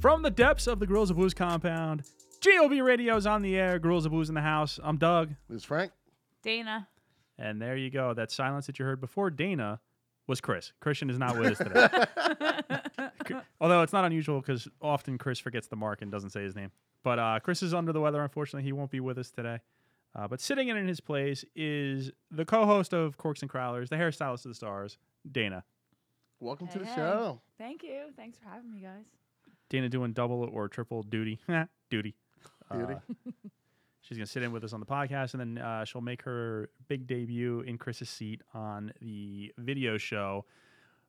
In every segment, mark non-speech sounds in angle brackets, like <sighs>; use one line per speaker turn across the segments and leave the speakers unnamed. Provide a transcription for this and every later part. From the depths of the Girls of Booze compound, GOB Radio's on the air, Girls of Booze in the house. I'm Doug.
This is Frank.
<laughs> Dana.
And there you go. That silence that you heard before Dana was Chris. Christian is not with us today. Cr- Although it's not unusual because often Chris forgets the mark and doesn't say his name. But uh, Chris is under the weather. Unfortunately, he won't be with us today. Uh, but sitting in in his place is the co-host of Corks and Crowlers, the hairstylist of the stars, Dana.
Welcome to the
Hey.
show.
Thank you. Thanks for having me, guys.
Dana doing double or triple duty. <laughs> duty.
Duty.
Uh, she's going to sit in with us on the podcast, and then uh, she'll make her big debut in Chris's seat on the video show.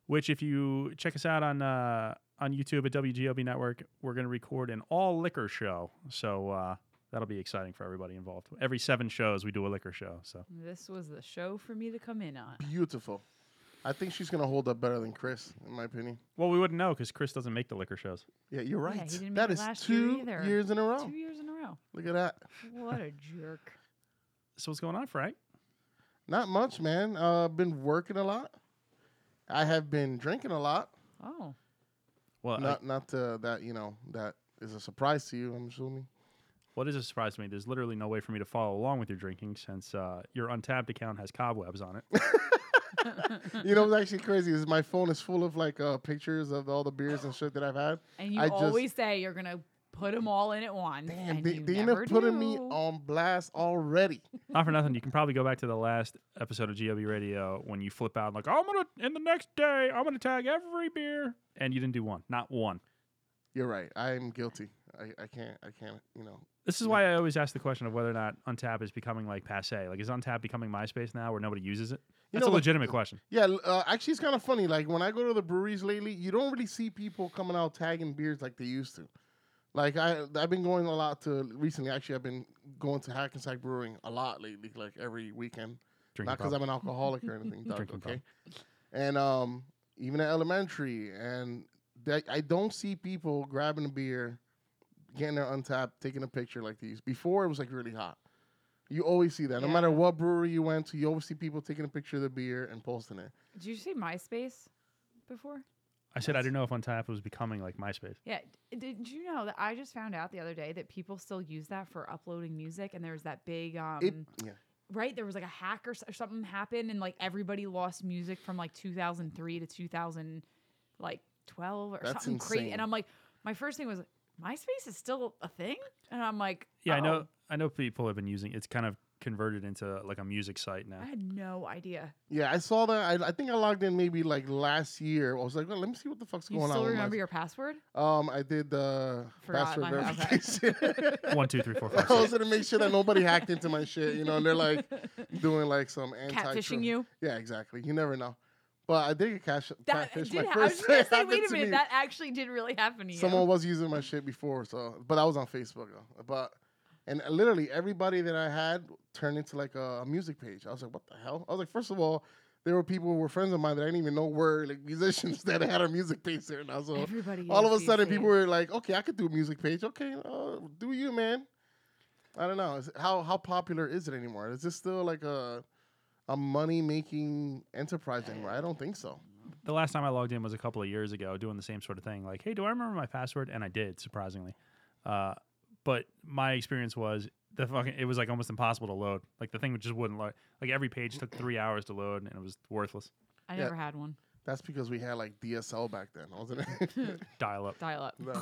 Which, if you check us out on uh, on YouTube at WGOB Network, we're going to record an all liquor show. So uh, that'll be exciting for everybody involved. Every seven shows, we do a liquor show. So
This was the show for me to come in on.
<laughs> Beautiful. I think she's gonna hold up better than Chris, in my opinion.
well, we wouldn't know because Chris doesn't make the liquor shows.
Yeah, you're
Yeah, he
right.
didn't make
that
it
is
last year
two
either.
years in a row.
Two years in a row.
Look at that.
Oh. What a jerk.
So what's going on, Frank?
Not much, man. Uh, been working a lot. I have been drinking a lot.
Oh,
Well, I-
not not uh, that you know that is a surprise to you. I'm assuming. <laughs>
Well, it is a surprise to me. There's literally no way for me to follow along with your drinking since uh, your untapped account has cobwebs on it.
you know what's actually crazy is my phone is full of like uh, pictures of all the beers and shit that I've
<gasps>
had.
and you
I just-
always say you're gonna put them all in at once.
Damn,
and
D-
you
Dina
never
putting me
do.
on blast already.
Not for nothing. You can probably go back to the last episode of GW Radio when you flip out like, I'm gonna in the next day, I'm gonna tag every beer, and you didn't do one, not one.
You're right. I am guilty. I, I can't. I can't. You know.
This is why I always ask the question of whether or not Untap is becoming like passe. Like, is Untap becoming MySpace now, where nobody uses it?
You
That's
know,
a
the-
legitimate question.
Yeah. l- Uh, actually, it's kind of funny. Like when I go to the breweries lately, you don't really see people coming out tagging beers like they used to. Like I, I've been going a lot to recently. Actually, I've been going to Hackensack Brewing a lot lately. Like every weekend.
Drinking
Not because
problem.
I'm an
<laughs>
alcoholic or anything, Doug,
Drinking
okay? And um, even at elementary, and that I don't see people grabbing a beer, getting their untapped, taking a picture like these. Before it was like really hot. You always see that, no matter
Yeah.
what brewery you went to. You always see people taking a picture of the beer and posting it.
Did you say MySpace before?
I said I didn't know if Untap was becoming like MySpace.
Yeah. d- Did you know that I just found out the other day that people still use that for uploading music? And there was that big um,
It, yeah,
right there was like a hack or, s- or something happened and like everybody lost music from like 2003 to 2000 like 12 or
That's
something crazy
insane.
and i'm like my first thing was myspace is still a thing and i'm like
Yeah, I know.
"Oh,
I know people have been using. It's kind of converted into like a music site now.
oh, i had no idea
yeah, I saw that. I, I think I logged in maybe like last year. I was like, well, let me see what the fuck's
you
going
still
on. with my-
remember your password
um, I did the
Forgot
password
my- okay.
verification.
<laughs>
<laughs>
One, two, three, four, five,
I was
six.
gonna make sure that nobody hacked into my shit, you know, and they're like doing like some anti
<laughs> catfishing you
Yeah, exactly. You never know. But I did get cash,
that
catfish
did
my
ha- i was
first
just gonna
time <laughs>
say
happened
wait a
to
minute
me.
that actually did really happen to you
Someone was using my shit before, so but I was on Facebook though. But and literally everybody that I had turned into like a, a music page. I was like, what the hell? I was like, first of all, there were people who were friends of mine that I didn't even know were like musicians <laughs> that had a music page there now. So
everybody
all of
is
a
these
sudden, people
days.
were like, "Okay, I could do a music page. Okay, uh, do you, man?" I don't know. Is- How how popular is it anymore? Is this still like a a money making enterprise anymore? I don't think so.
The last time I logged in was a couple of years ago, doing the same sort of thing. Like, hey, do I remember my password? And I did, surprisingly. Uh, but my experience was the fucking. It was like almost impossible to load. Like the thing just wouldn't load. Like every page took three hours to load, and it was worthless.
i
yeah.
never had one
That's because we had like DSL back then, wasn't it? <laughs>
Dial up.
dial up
No.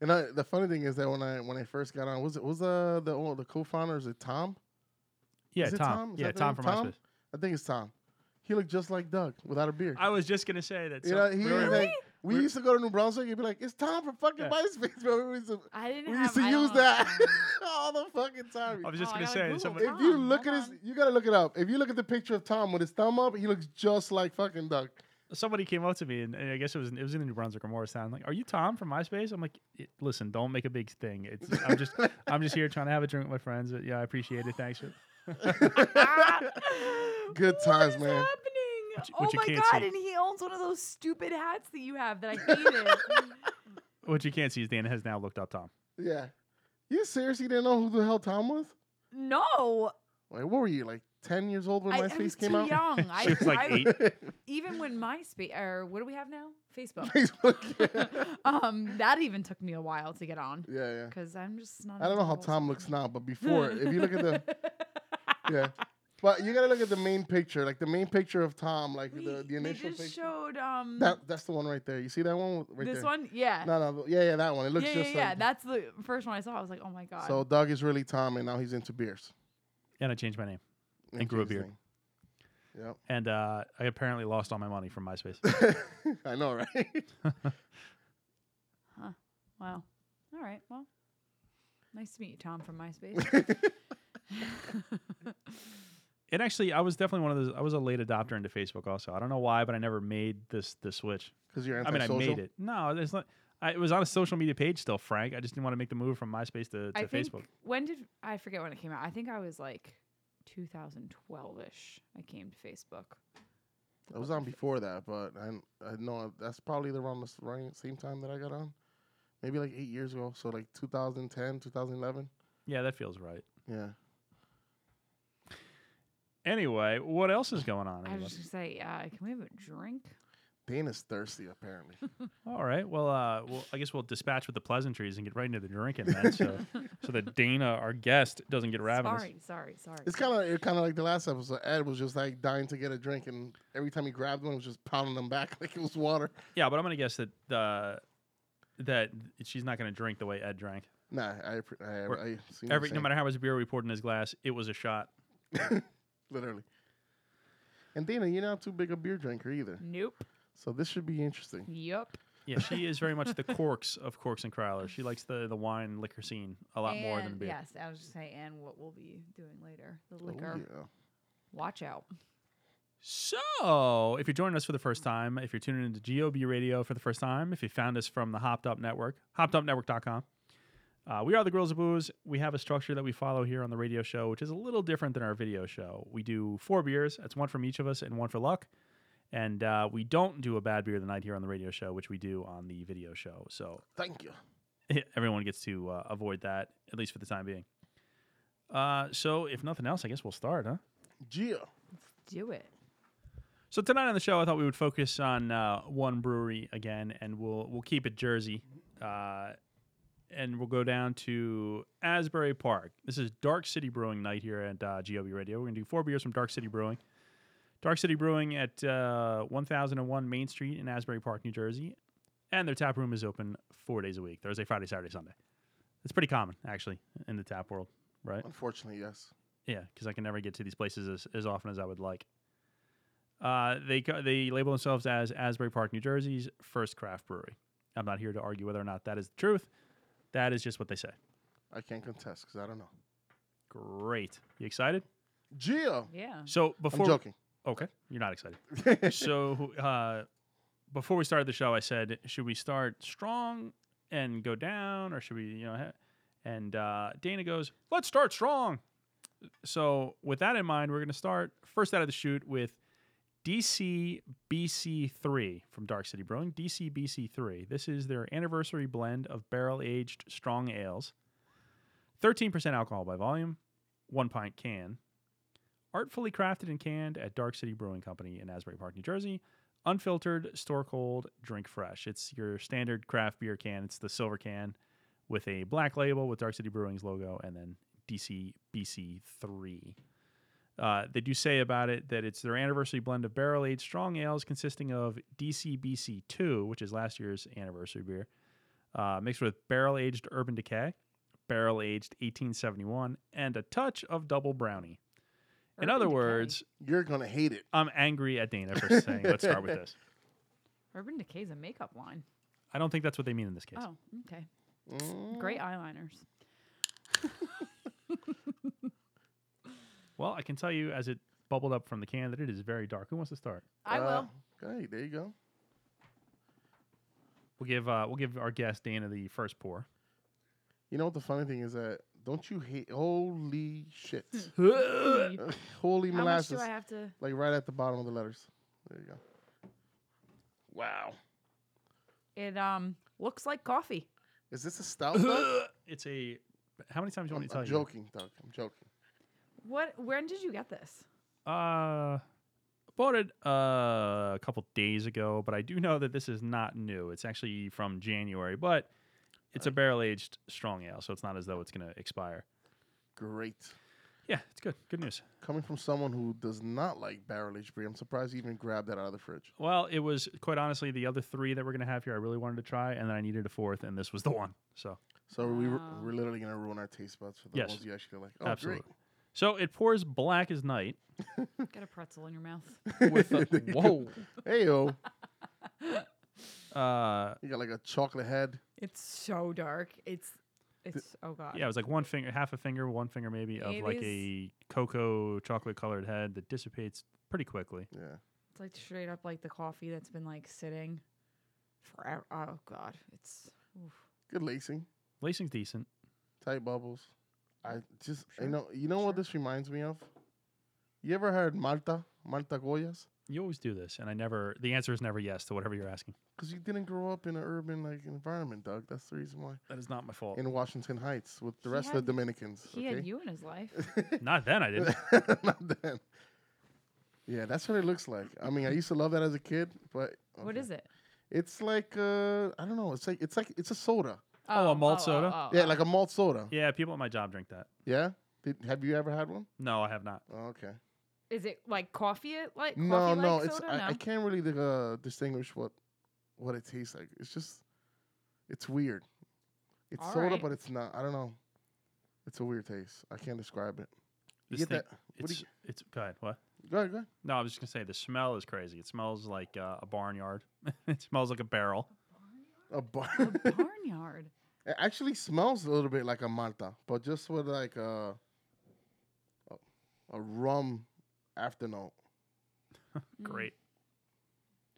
and I, the funny thing is that when I when I first got on, was it was uh, the oh, the co founder is it Tom?
Yeah,
Is it
Tom.
Tom? Is
Yeah,
that the
Tom
name?
from
Tom?
MySpace.
I think it's Tom. He looked just like Doug without a beard.
I was just gonna say that.
you
so-
know,
we
he was
were-
like, we
we're-
used to go to New Brunswick. He'd be like, "It's Tom from fucking
Yeah.
MySpace, bro." We used to
i didn't
We
have,
used to
I don't
use
know. <laughs>
that <laughs> all the fucking time.
I was just
Oh, I
gonna
gotta
say.
Google
Someone,
that.
If you
Tom,
look at
hold
his, <laughs>
on.
you gotta look it up. If you look at the picture of Tom with his thumb up, he looks just like fucking Doug.
somebody came up to me and, and I guess it was it was in New Brunswick or Morristown. Like, are you Tom from MySpace? I'm like, "Y- listen, don't make a big thing. It's I'm just I'm just here trying to have a drink with my friends. But yeah, I appreciate it. Thanks.
Good
Ah.
<laughs>
What
times,
is
man.
happening?
Which-
oh
which you
my
can't
god!
see.
And he owns one of those stupid hats that you have that I hated.
What you can't see is Dana has now looked up Tom.
Yeah. You seriously didn't know who the hell Tom was?
<laughs> no,
Like, what were you like ten years old when
I, I was
MySpace
too
came out.
young.
<laughs>
I,
She was like
I-
eight.
Even when MySpace, or what do we have now?
<laughs>
Facebook.
<laughs>
<laughs>
Facebook. Yeah,
um, that even took me a while to get on
yeah. yeah.
because I'm just not.
I don't know how
into
Tom
all
looks
social
now, but before, if you look
<laughs>
at the
media.
yeah, but you gotta look at the main picture, like the main picture of Tom, like
We-
the, the initial
they just
picture.
showed um
That that's the one right there. You see that one right
this
there?
one, yeah,
No, no, yeah, yeah, that one. It looks
yeah, yeah,
just
yeah.
like.
That's the first one I saw. I was like, oh my god.
so Doug is really Tom, and now he's into beers.
and I changed my name. And grew a
changed his
beard.
name.
And uh, I apparently lost all my money from MySpace.
Yep. <laughs> I know, right?
wow. All right. Well, nice to meet you, Tom from MySpace.
<laughs>
and actually, I was definitely one of those. I was a late adopter into Facebook. Also, I don't know why, but I never made this the switch.
Because you're
I mean, I
antisocial.
made it. No, it's not. I, it was on a social media page still, Frank. I just didn't want to make the move from MySpace to, to
<laughs> I think
Facebook.
when did I forget when it came out? I think I was like 2012 ish. I came to Facebook.
I was on before that, but I, I know that's probably around the s- right same time that I got on. Maybe like eight years ago. So like 2010, 2011.
Yeah, that feels right.
Yeah.
Anyway, what else is going on?
I was
everyone?
just gonna say, uh, can we have a
<laughs>
drink?
Dana's thirsty, apparently. <laughs>
All right. Well, uh, well, I guess we'll dispatch with the pleasantries and get right into the drinking then, so
<laughs>
so that Dana, our guest, doesn't get ravenous.
Sorry, sorry, sorry.
it's kind of kind of like the last episode. Ed was just like dying to get a drink, and every time he grabbed one, he was just pounding them back <laughs> like it was water.
Yeah, but I'm gonna guess that uh, that she's not gonna drink the way Ed drank.
Nah, I appre- I, I, I see what
Every
you're
no
saying.
matter how much beer we poured in his glass, it was a shot.
literally. And Dana, you're not too big a beer drinker either,
nope.
so this should be interesting.
Yup.
Yeah, she is very much the corks of corks and crowlers. She likes the the wine liquor scene a lot more than
And-
beer.
Yes, I was just saying, and what we'll be doing later, the
Oh,
liquor.
yeah.
Watch out.
So, if you're joining us for the first time, if you're tuning into GOB Radio for the first time, if you found us from the Hopped Up Network, hoppedupnetwork.com, uh, we are the Girls of Booze. We have a structure that we follow here on the radio show, which is a little different than our video show. We do four beers, that's one from each of us and one for luck. And uh, we don't do a bad beer of the night here on the radio show, which we do on the video show. So,
Thank you.
<laughs> everyone gets to uh, avoid that, at least for the time being. Uh, so, if nothing else, I guess we'll start, huh?
Gia.
Do it.
So tonight on the show, I thought we would focus on uh, one brewery again, and we'll we'll keep it Jersey, uh, and we'll go down to Asbury Park. This is Dark City Brewing night here at uh, GOB Radio. We're gonna do four beers from Dark City Brewing. Dark City Brewing at uh, 1001 Main Street in Asbury Park, New Jersey, and their tap room is open four days a week: Thursday, Friday, Saturday, Sunday. It's pretty common actually in the tap world, right?
Unfortunately, yes.
Yeah, because I can never get to these places as, as often as I would like. Uh, they co- they label themselves as Asbury Park, New Jersey's first craft brewery. I'm not here to argue whether or not that is the truth. That is just what they say.
I can't contest because I don't know.
Great. You excited?
Gia.
Yeah.
So
I'm
before
joking.
okay, you're not excited. so uh, before we started the show, I said, should we start strong and go down, or should we, you know? ha- And uh, Dana goes, let's start strong. So with that in mind, we're going to start first out of the shoot with DCBC3 from Dark City Brewing. DCBC3. This is their anniversary blend of barrel aged strong ales. 13% alcohol by volume, one pint can. Artfully crafted and canned at Dark City Brewing Company in Asbury Park, New Jersey. Unfiltered, store cold, drink fresh. It's your standard craft beer can. It's the silver can with a black label with Dark City Brewing's logo and then DCBC3. Uh, they do say about it that it's their anniversary blend of barrel aged strong ales consisting of DCBC2, which is last year's anniversary beer, uh, mixed with barrel aged Urban Decay, barrel aged 1871, and a touch of double brownie. In
Urban
other
Decay.
words,
You're going to hate it.
I'm angry at Dana for saying, let's start with this.
Urban Decay is a makeup line.
<laughs> I don't think that's what they mean in this case.
Oh, okay.
Mm.
Great eyeliners.
Well, I can tell you as it bubbled up from the can that it is very dark. Who wants to start?
<clears throat>
I
Uh,
will.
Okay, there you go.
We'll give uh, we'll give our guest Dana the first <laughs> pour.
You know what the funny thing is that don't you hate? Holy shit!
<laughs>
<laughs>
All
Holy
How much do
molasses!
I have to?
Like right at the bottom of the letters. There you go. Wow.
It um looks like coffee.
Is this a
<laughs>
stout? Doug?
it's a how many times do you want
I'm,
me to tell
I'm
you?
joking, Doug. I'm joking. <laughs>
What? When did you get this?
Uh, bought it uh, a couple days ago, but I do know that this is not new. It's actually from January, but it's a barrel aged strong ale, so it's not as though it's going to expire.
Great.
Yeah, it's good. Good news.
Coming from someone who does not like barrel aged beer, I'm surprised you even grabbed that out of the fridge.
Well, it was quite honestly the other three that we're going to have here. I really wanted to try, and then I needed a fourth, and this was the one. So,
So we we
Wow.
we're literally gonna ruin our taste buds for the
Yes.
ones you actually like. Oh,
Absolutely. so it pours black as night.
Get a pretzel in your mouth.
<laughs> great.
With a, whoa,
Hey yo,
Uh,
you got like a chocolate head.
It's so dark. It's it's oh god.
yeah, it was like one finger, half a finger, one finger maybe of
It
like
is-
a cocoa chocolate colored head that dissipates pretty quickly.
Yeah.
It's like straight up like the coffee that's been like sitting forever. Oh god, it's oof.
Good lacing,
Lacing's decent.
tight bubbles. I just
Sure.
you know you know what
Sure.
this reminds me of? You ever heard Malta Malta Goyas?
You always do this, and I never. The answer is never yes to whatever you're asking.
Because you didn't grow up in an urban like environment, Doug. That's the reason why.
That is not my fault.
In Washington Heights with the
He
rest of
had-
the Dominicans.
He
okay?
had you in his life.
<laughs>
not then. I didn't.
Not then. Yeah, that's what it looks like. I mean, I used to love that as a kid, but
What is it?
It's like uh, I don't know. It's like it's like it's a soda.
Oh, a malt soda?
Uh-uh.
yeah, like a malt soda. Yeah.
Yeah, people at my job drink that.
Did, have you ever had one?
No, I have not.
Oh, okay.
Is it like coffee? Like
no,
coffee-like
no. It's
soda?
I,
no.
I can't really uh, distinguish what what it tastes like. It's just it's weird. It's
All
soda,
right.
but it's not. I don't know. It's a weird taste. I can't describe it.
This
You get
thing,
that? What do
it's, it's go ahead. What?
Go ahead, go ahead.
No, I was just gonna say the smell is crazy. It smells like uh, a barnyard. <laughs> it smells like a barrel.
A bar. <laughs>
a barnyard.
It actually smells a little bit like a Malta, but just with like a a, a rum afternote.
Mm.
Great.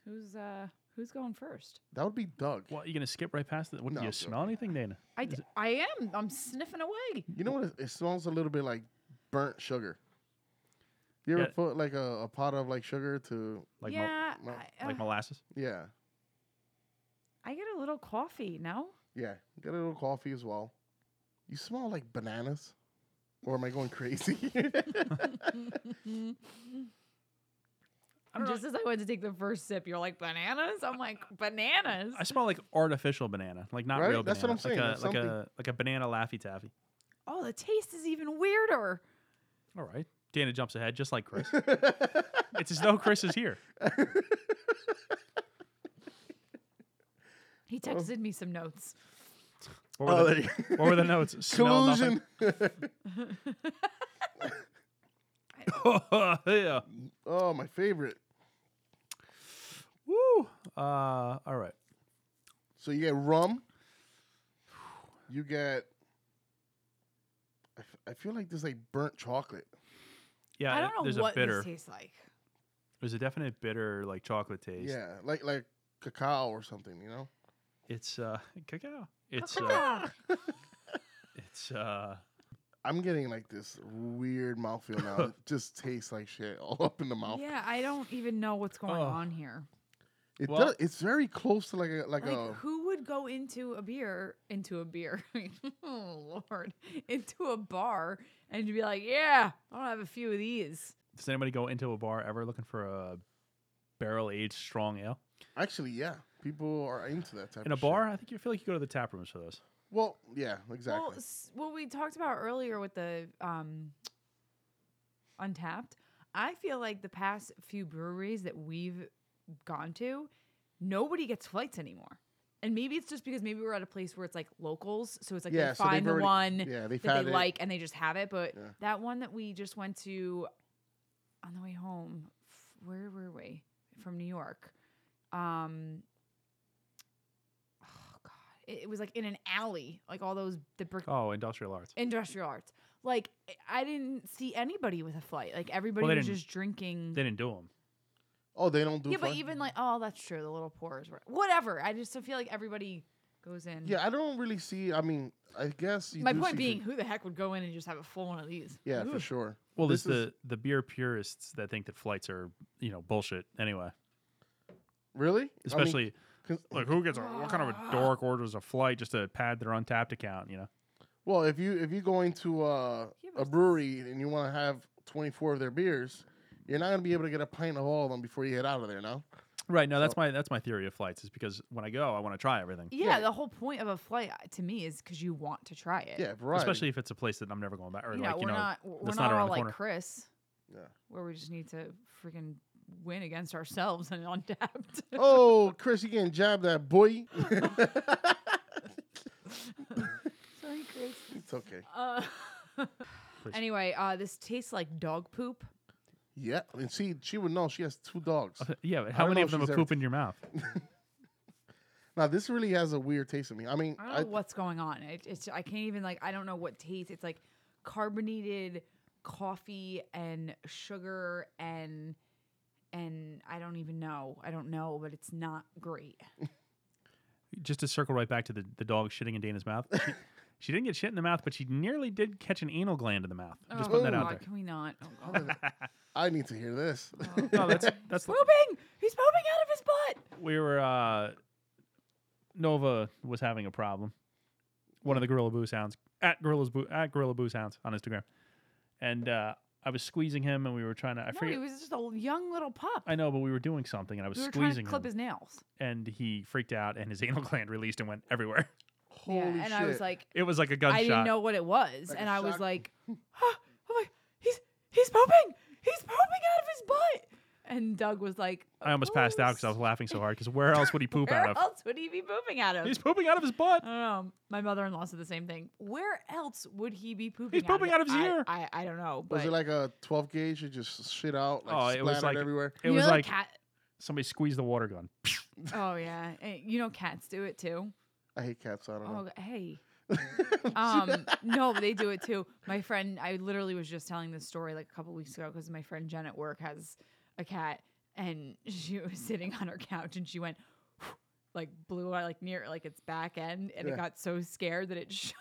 Who's uh who's going first?
That would be Doug.
What? You gonna skip right past it? What?
No,
do you
I'm
smell anything, Dana?
I,
Is
d- I am. I'm sniffing away.
You know what? It, it smells a little bit like burnt sugar. You ever
Yeah.
put like a, a pot of like sugar to
Like mol-
yeah,
mol-
I,
like
uh,
molasses.
yeah
I get a little coffee.
<laughs>
No,
yeah get a little coffee as well. You smell like bananas, or am I going crazy? <laughs>
I don't know.
just as I went to take the first sip, you're like bananas. I'm like bananas.
I smell like artificial banana, like not
Right?
real.
That's what
banana.
I'm saying.
Like
That's
a like
something-
a like a banana laffy taffy.
oh, the taste is even weirder.
All right. Dana jumps ahead just like
<laughs>
Chris. it's as though Chris is here. Oh.
He texted me some notes.
What were,
Oh,
the,
there
<laughs>
you-
what were the
<laughs>
notes? Smell nothing. <laughs>
collusion.
<laughs> yeah.
oh, my favorite.
Woo. Uh, all right.
So you get rum. You get. I, f- I feel like there's like burnt chocolate.
Yeah.
I
it-
don't
there's
know
a
what
bitter.
this tastes like.
There's a definite bitter like chocolate taste.
Yeah, like like cacao or something. You know.
It's uh
Oh,
cacao. It's
<laughs>
uh,
Ah,
it's uh
I'm getting like this weird mouthfeel
<laughs>
now. it just tastes like shit all <laughs> up in the mouth.
yeah, I don't even know what's going
Oh.
on here.
It
Well-
does. It's very close to like a like,
Like,
a.
who would go into a beer, into a beer, <laughs> I mean, oh Lord, into a bar and be like, yeah, I'll have a few of these.
does anybody go into a bar ever looking for a barrel aged strong ale?
Actually, yeah, people are into that type.
In a
of shit.
bar, I think you feel like you go to the tap rooms for those.
Well, yeah, exactly.
Well, s- what we talked about earlier with the um, Untapped, I feel like the past few breweries that we've gone to, nobody gets flights anymore. And maybe it's just because maybe we're at a place where it's like locals, so it's like
yeah,
they
so
find
they've
the
already,
one
Yeah, they
that
found
they
it.
like and they just have it. But
Yeah.
that one that we just went to on the way home, f- where were we from New York? Um, oh God, it, it was like in an alley, like all those the brick
Oh, industrial arts.
industrial arts. Like I- I didn't see anybody with a flight. Like everybody
they
was
didn't-
just drinking.
They didn't do them.
Oh, they don't do.
yeah, but
fun-
even like oh, that's true. The little pours were whatever. I just feel like everybody goes in.
Yeah, I don't really see. I mean, I guess. You
My
do
point
see
being,
for-
who the heck would go in and just have a full one of these?
yeah, for
Ugh.
sure.
Well,
This
there's the the beer purists that think that flights are you know bullshit anyway.
Really? I mean,
Especially
'cause-
like who gets a what kind of a dork orders a flight just to pad their untapped account? You know,
Well, if you if you go into uh,
Yeah, but
a
it's-
brewery and you want to have twenty four of their beers, You're not gonna be able to get a pint of all of them before you get out of there. No.
Right. No, that's
So-
my that's my theory of flights is because when I go, I want to try everything,
Yeah,
Yeah.
the whole point of a flight uh, to me is because you want to try it.
Yeah, variety.
especially <laughs> if it's a place that I'm never going back or
you know,
like you
we're
know.
not we're
that's
not,
not around
all
the
like
corner.
Chris,
Yeah.
where we just need to freaking win against ourselves and on <laughs> untapped.
<laughs> Oh, Chris, you getting jabbed at, boy? <laughs>
Sorry, Chris.
it's okay.
Uh,
<sighs> Please.
anyway, uh, this tastes like dog poop.
Yeah, and see, she would know. She has two dogs.
<laughs> yeah, but
I
how
don't
many
know
of
if
them
she's
have
ever-
poop in your mouth?
Now this really has a weird taste in me. I mean,
I don't know what's going on. It, it's I can't even like I don't know what taste. It's like carbonated coffee and sugar and and I don't even know. I don't know, but it's not great.
Just to circle right back to the, the dog shitting in Dana's mouth.
<laughs>
She, she didn't get shit in the mouth, but she nearly did catch an anal gland in the mouth. I'm Just
oh,
putting that
God,
out
Can we not? Oh,
<laughs>
God.
I, I need to hear this. <laughs>
there.
Oh,
<laughs> No, that's that's the-
pooping. He's pooping out of his butt.
we were uh Nova was having a problem. One of the Gorilla Boo sounds at Gorilla's Boo at Gorilla Boo sounds on Instagram, and uh I was squeezing him, and we were trying to. I
no,
forget.
he was just a young little pup.
I know, but we were doing something, and I was
we were trying to
squeezing
clip
him,
his nails.
and he freaked out, and his <laughs> anal gland released and went everywhere. <laughs>
Holy
yeah, and
shit!
I was like,
It was like a gunshot.
I didn't know what it was,
Like a
and I was
shock.
like, oh, oh my, he's he's pooping. He's pooping out of his butt. And Doug was like,
I almost passed out because I was laughing so hard. Because
<laughs>
where else would he poop
Where
out of?
else would he be pooping out of?
He's pooping out of his butt.
I don't know. My mother-in-law said the same thing. Where else would he be pooping?
pooping out of his
I-
ear.
I, I, don't know. But
was it like a 12 gauge? It just shit out, like
Oh,
splattered
it was like-
everywhere.
It
You
was
know the
like
cat?
somebody squeezed the water gun.
Oh yeah, And you know cats do it too.
I hate cats. I don't
Oh
know.
g- hey.
<laughs>
um no but they do it too my friend i literally was just telling this story like a couple weeks ago because my friend jen at work has a cat and <laughs> she was sitting on her couch and she went <laughs> like blew out like near like its back end and
Yeah.
it got so scared that it <laughs> shot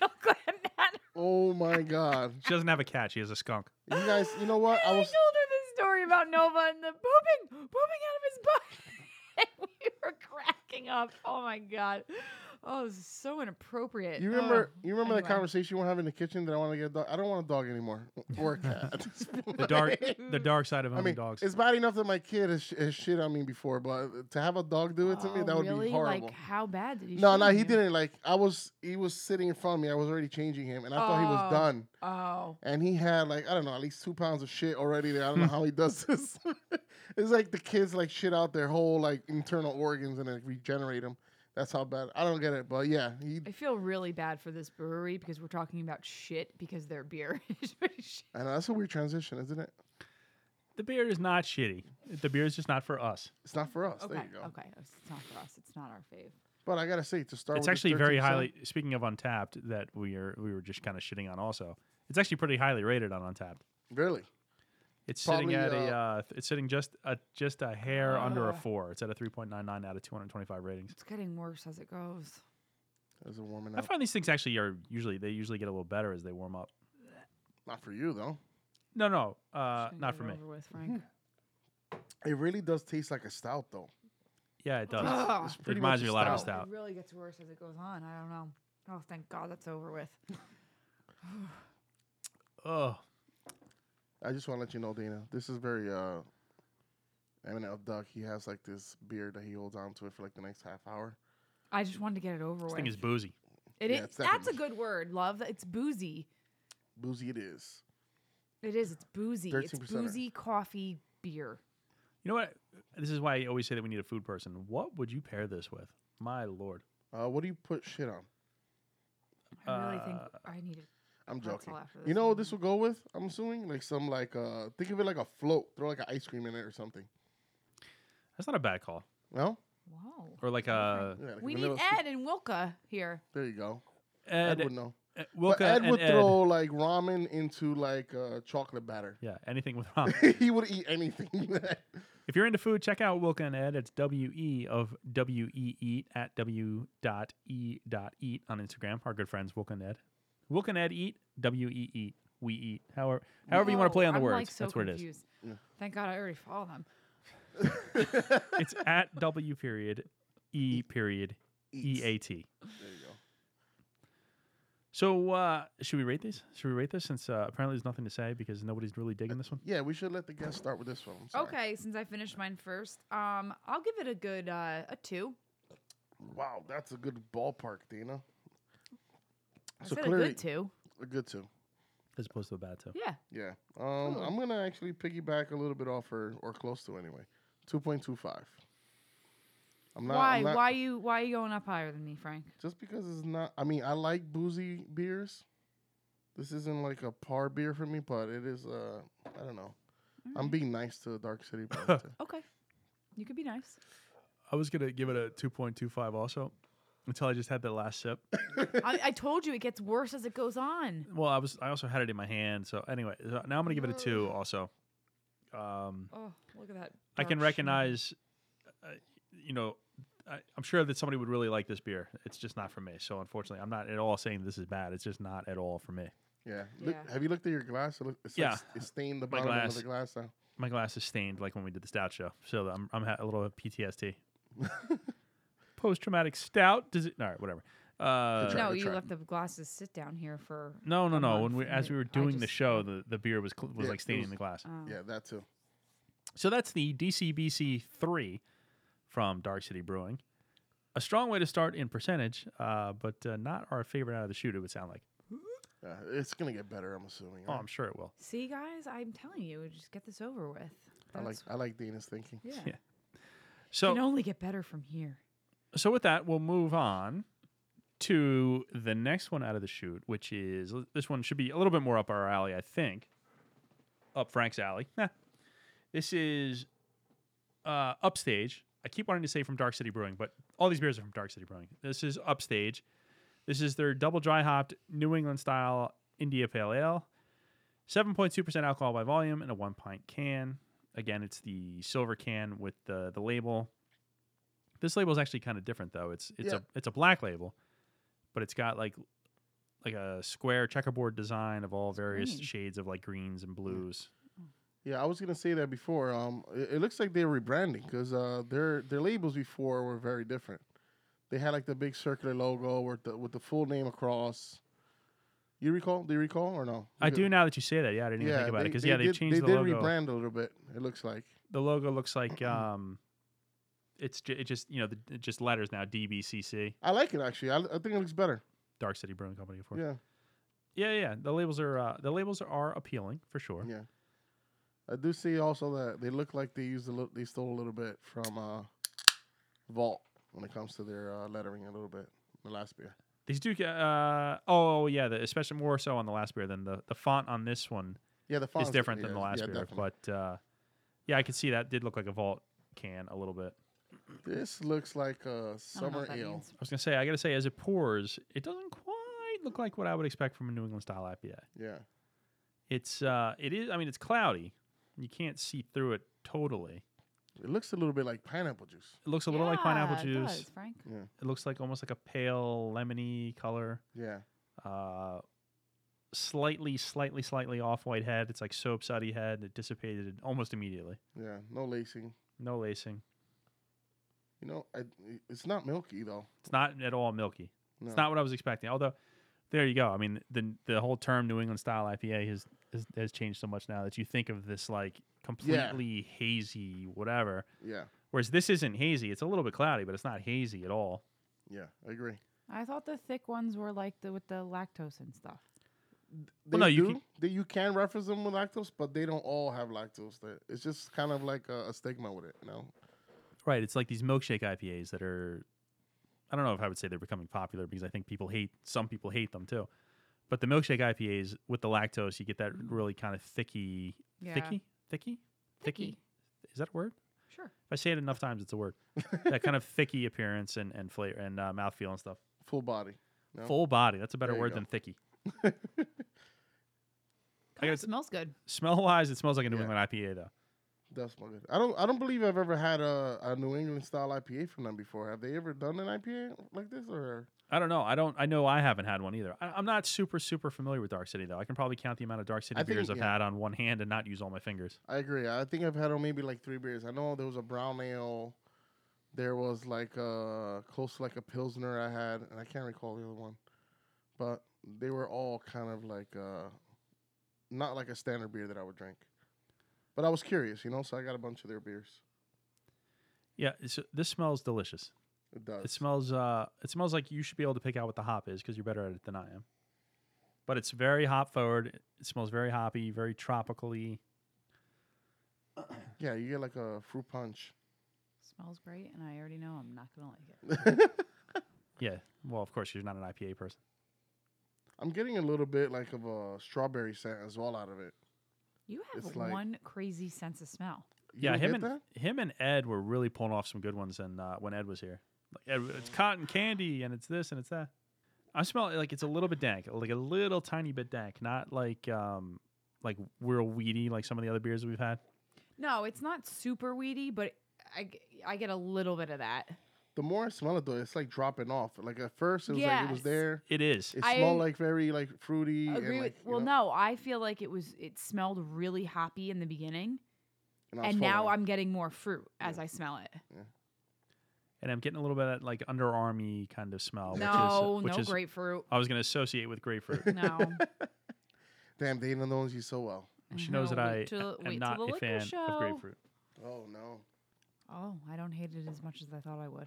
it up and at her.
Oh my god!
She doesn't have a cat. She has a skunk.
You guys, you know what?
And
I
I,
was
<laughs> told her this story about nova and the pooping pooping out of his butt <laughs> and we were cracking up oh my god oh this is so inappropriate
You remember?
Oh,
you remember that
anyway.
conversation we were having in the kitchen that I want to get a dog. I don't want a dog
<laughs>
anymore or a cat. at this
The
<laughs> point.
dark, the dark side of
I
owning
mean,
dogs.
it's bad enough that my kid has, sh- has shit on me before, but to have a dog do it to me,
Oh,
that would
really?
be horrible.
Like, how bad did he?
no,
shit
no,
on
he
you?
didn't. Like I was, he was sitting in front of me. I was already changing him, and I thought he
Oh.
was done.
Oh,
And he had like I don't know, at least two pounds of shit already there. I don't
Hmm.
know how he does <laughs> this. it's like the kids like shit out their whole like internal organs and then regenerate them. That's how bad. I don't get it, but yeah, he.
I feel really bad for this brewery because we're talking about shit because their beer <laughs> is pretty shit.
I know that's a weird transition, isn't it?
the beer is not shitty. The beer is just not for us.
It's not for us.
Okay,
There you go.
okay, it's not for us. It's not our fave.
But I gotta say, to start,
it's
with the
actually very
13%,
highly. Speaking of Untapped, that we are we were just kind of shitting on. Also, it's actually pretty highly rated on Untapped.
Really,
It's
Probably,
sitting at a
uh,
uh, th- it's sitting just a just a hair under a
Ah.
four. It's at a three point nine nine out of two hundred twenty five ratings.
It's getting worse as it goes.
as a woman,
I find these things actually are usually they usually get a little better as they warm up.
not for you though.
No, no, uh,
Just gonna
not
get
for
it
me.
over with,
Mm-hmm.
Frank.
It really does taste like a stout though.
Yeah, it
<gasps>
Ugh.
does.
Ah.
It's
It reminds me a lot of a
stout.
stout.
It really gets worse as it goes on. I don't know. Oh, thank God that's over with.
Oh,
I just want to let you know, Dana. This is very uh, Eminem Duck. He has like this beard that he holds on to it for like the next half hour.
I just wanted to get it over
this
with.
thing is boozy.
It
yeah,
is-
it's
that's a
definitely-
good word, love. It's boozy.
Boozy it is.
It is. It's boozy. It's
13%er.
boozy coffee beer.
You know what? This is why I always say that we need a food person. What would you pair this with? My lord.
Uh, what do you put shit on?
I really think
Uh,
I need it.
I'm
Pretzel
joking.
after
You
this
know what
one.
this will go with? I'm assuming like some like uh, think of it like a float. Throw like an ice cream in it or something.
That's not a bad call.
No,
Whoa.
Or like uh, a
Yeah, like a
We need
vanilla scoop.
Ed and Wilka here.
There you go. Ed,
Ed,
would know.
Ed
But
Wilka
Ed
and
would
Ed.
throw like ramen into like uh, chocolate batter. <laughs>
Yeah, anything with ramen.
he would eat anything. <laughs>
If you're into food, check out Wilka and Ed. It's W E of W E Eat at W dot E dot Eat on Instagram. Our good friends Wilka and Ed. Wilka and Ed Eat W E Eat. We eat. However, however you want to
Whoa,
play on the
Oh, I'm,
words.
Like, so
That's where it is.
confused. Thank God I already follow them.
It's at W period E period E A T.
There you go.
So uh, should we rate these? Should we rate this? Since uh, apparently there's nothing to say because nobody's really digging this one.
Yeah, we should let the guests start with this one. I'm sorry.
Okay, since I finished mine first, um, I'll give it a good uh, a two.
Wow, that's a good ballpark, Dana.
I
So
said a
clearly-
good two.
A good two.
As opposed to a bad two.
Yeah.
Yeah. Um, I'm gonna actually piggyback a little bit off her, or close to anyway. Two point two five. I'm not.
why?
I'm not-
why you? Why you going up higher than me, Frank?
Just because it's not. I mean, I like boozy beers. This isn't like a par beer for me, but it is. Uh, I don't know. I'm
Mm.
being nice to Dark City.
<laughs>
uh, Brewing too.
Okay, you could
<laughs>
be nice.
I was gonna give it a two point two five also, until I just had that last sip.
I, I told you it gets worse as it goes on.
well, I was I also had it in my hand. So anyway, so now I'm gonna give it a two also. Um,
Oh, look at that.
I can
dark
recognize, uh, you know, I, I'm sure that somebody would really like this beer. It's just not for me. So unfortunately, I'm not at all saying this is bad. It's just not at all for me.
yeah. Look,
Yeah.
have you looked at your glass? It look, it's like
Yeah.
s- it stained the
My
bottom of the
glass.
glass now.
My glass is stained like when we did the stout show. So I'm I'm ha- a little
<laughs>
PTSD. Post traumatic stout. Does it? All right, whatever.
shrimp.
Uh,
try,
No,
good
you
try.
left the glasses sit down here for.
no, no,
a
no.
month
When we
and
as we
it-
were
I
doing the
just-
show, the, the beer was cl- was
Yeah,
like
it
staining
was-
the glass.
Oh.
Yeah, that too.
So that's the DCBC three from Dark City Brewing. A strong way to start in percentage, uh, but uh, not our favorite out of the shoot. It would sound like.
Yeah, it's gonna get better. I'm assuming.
Oh,
right?
I'm sure it will.
See, guys, I'm telling you, just get this over with.
I like
That's-
I like Dana's thinking.
Yeah.
Yeah. So,
can only get better from here.
so with that, we'll move on to the next one out of the shoot, which is this one should be a little bit more up our alley, I think. Up Frank's alley. Nah. This is uh, Upstage. I keep wanting to say from Dark City Brewing, but all these beers are from Dark City Brewing. This is Upstage. This is their double dry hopped New England style India Pale Ale. 7.2% alcohol by volume in a one pint can. Again, it's the silver can with the, the label. This label is actually kind of different though. It's it's
Yeah.
a it's a black label, but it's got like like a square checkerboard design of all various
green.
shades of like greens and blues.
Yeah, I was gonna say that before. Um, it, it looks like they're rebranding because uh, their their labels before were very different. They had like the big circular logo with the with the full name across. You recall? Do you recall or no?
I do now that you say that. Yeah, I didn't even think about it because yeah, they
did,
changed
they
the
did
logo.
rebrand a little bit. It looks like.
The logo looks like um, it's ju- it just you know the it just letters now DBCC
I like it actually. I, I think it looks better.
Dark City Brewing Company. Of course.
Yeah,
Yeah, yeah. The labels are uh, the labels are appealing for sure.
yeah. I do see also that they look like they used a little, they stole a little bit from uh, Vault when it comes to their uh, lettering a little bit. The last beer.
These do get uh oh yeah, the, especially more so on the last beer than the the font on this one
Yeah, the font
is different than the last beer, but uh, yeah, I could see that did look like a vault can a little bit.
This looks like a
I don't know
summer
what that
ale.
means.
I was gonna say I gotta say as it pours, it doesn't quite look like what I would expect from a New England style IPA.
Yeah.
It's uh it is I mean it's cloudy. You can't see through it totally.
It looks a little bit like pineapple juice.
It looks a little like pineapple
Yeah,
juice.
It does, Frank.
It looks like almost like a pale lemony color.
Yeah.
uh, slightly, slightly, slightly off white head. It's like soap suddy head. It dissipated almost immediately.
Yeah. No lacing.
No lacing.
You know, I, it's not milky though.
It's not at all milky.
No.
It's not what I was expecting. Although, there you go. I mean, the the whole term New England style IPA has has, has changed so much now that you think of this like completely hazy whatever.
Yeah.
Whereas this isn't hazy. It's a little bit cloudy, but it's not hazy at all.
Yeah. I agree.
I thought the thick ones were like the with the lactose and stuff.
They
no, you
do. they, you can reference them with lactose, but they don't all have lactose. There, it's just kind of like a, a stigma with it. You know.
Right. It's like these milkshake IPAs that are. I don't know if I would say they're becoming popular because I think people hate some people hate them too. But the milkshake IPAs with the lactose, you get that really kind of thicky,
Yeah.
thicky, thicky, thicky. Is that a word?
Sure.
If I say it enough times, it's a word. that kind of thicky appearance and and flavor and uh, mouthfeel and stuff.
Full body. No.
Full body. That's a better
There you
word
go.
than thicky. I
Kinda
gotta-
smells good.
Smell wise, it smells like a New
Yeah.
England IPA though.
That's my good. I don't. I don't believe I've ever had a, a New England style IPA from them before. Have they ever done an IPA like this or?
I don't know. I don't. I know I haven't had one either. I, I'm not super super familiar with Dark City though. I can probably count the amount of Dark City
I think-
beers I've
yeah.
had on one hand and not use all my fingers.
I agree. I think I've had on maybe like three beers. I know there was a brown ale. There was like a close to like a pilsner I had, and I can't recall the other one. But they were all kind of like uh, not like a standard beer that I would drink. But I was curious, you know, so I got a bunch of their beers.
Yeah, it's, this smells delicious.
It does.
It smells. Uh, it smells like you should be able to pick out what the hop is because you're better at it than I am. But it's very hop forward. It smells very hoppy, very tropically.
yeah, you get like a fruit
<laughs>
punch.
Smells great, and I already know I'm not gonna like it.
Yeah. Well, of course, you're not an IPA person.
I'm getting a little bit like of a strawberry scent as well out of it.
You have
It's like-
one crazy sense of smell.
You
yeah.
don't
Him
get
and
that?
him and Ed were really pulling off some good ones, and uh, when Ed was here, like Ed, it's cotton candy, and it's this, and it's that. I smell it like it's a little bit dank, like a little tiny bit dank, not like um like real weedy like some of the other beers we've had.
No, it's not super weedy, but I, g- I get a little bit of that.
the more I smell it though, it's like dropping off. Like at first, it was like it was
Yes.
there.
It is.
It
I
smelled like very like fruity. and,
Agree
like,
with,
you
well,
know,
no, I feel like it was it smelled really hoppy in the beginning,
I was
and now
following.
I'm getting more fruit as
Yeah.
I smell it.
and I'm getting a little bit of that, like underarmy kind of smell,
no,
Oh, which is which
no
is
grapefruit.
I was going to associate with
<laughs>
grapefruit.
No,
Damn, Dana knows you so well.
<laughs> She knows that
No,
I
wait till-
am
wait
not
till the
a
liquor
fan of
show.
grapefruit.
Oh no.
Oh, I don't hate it as much as I thought I would.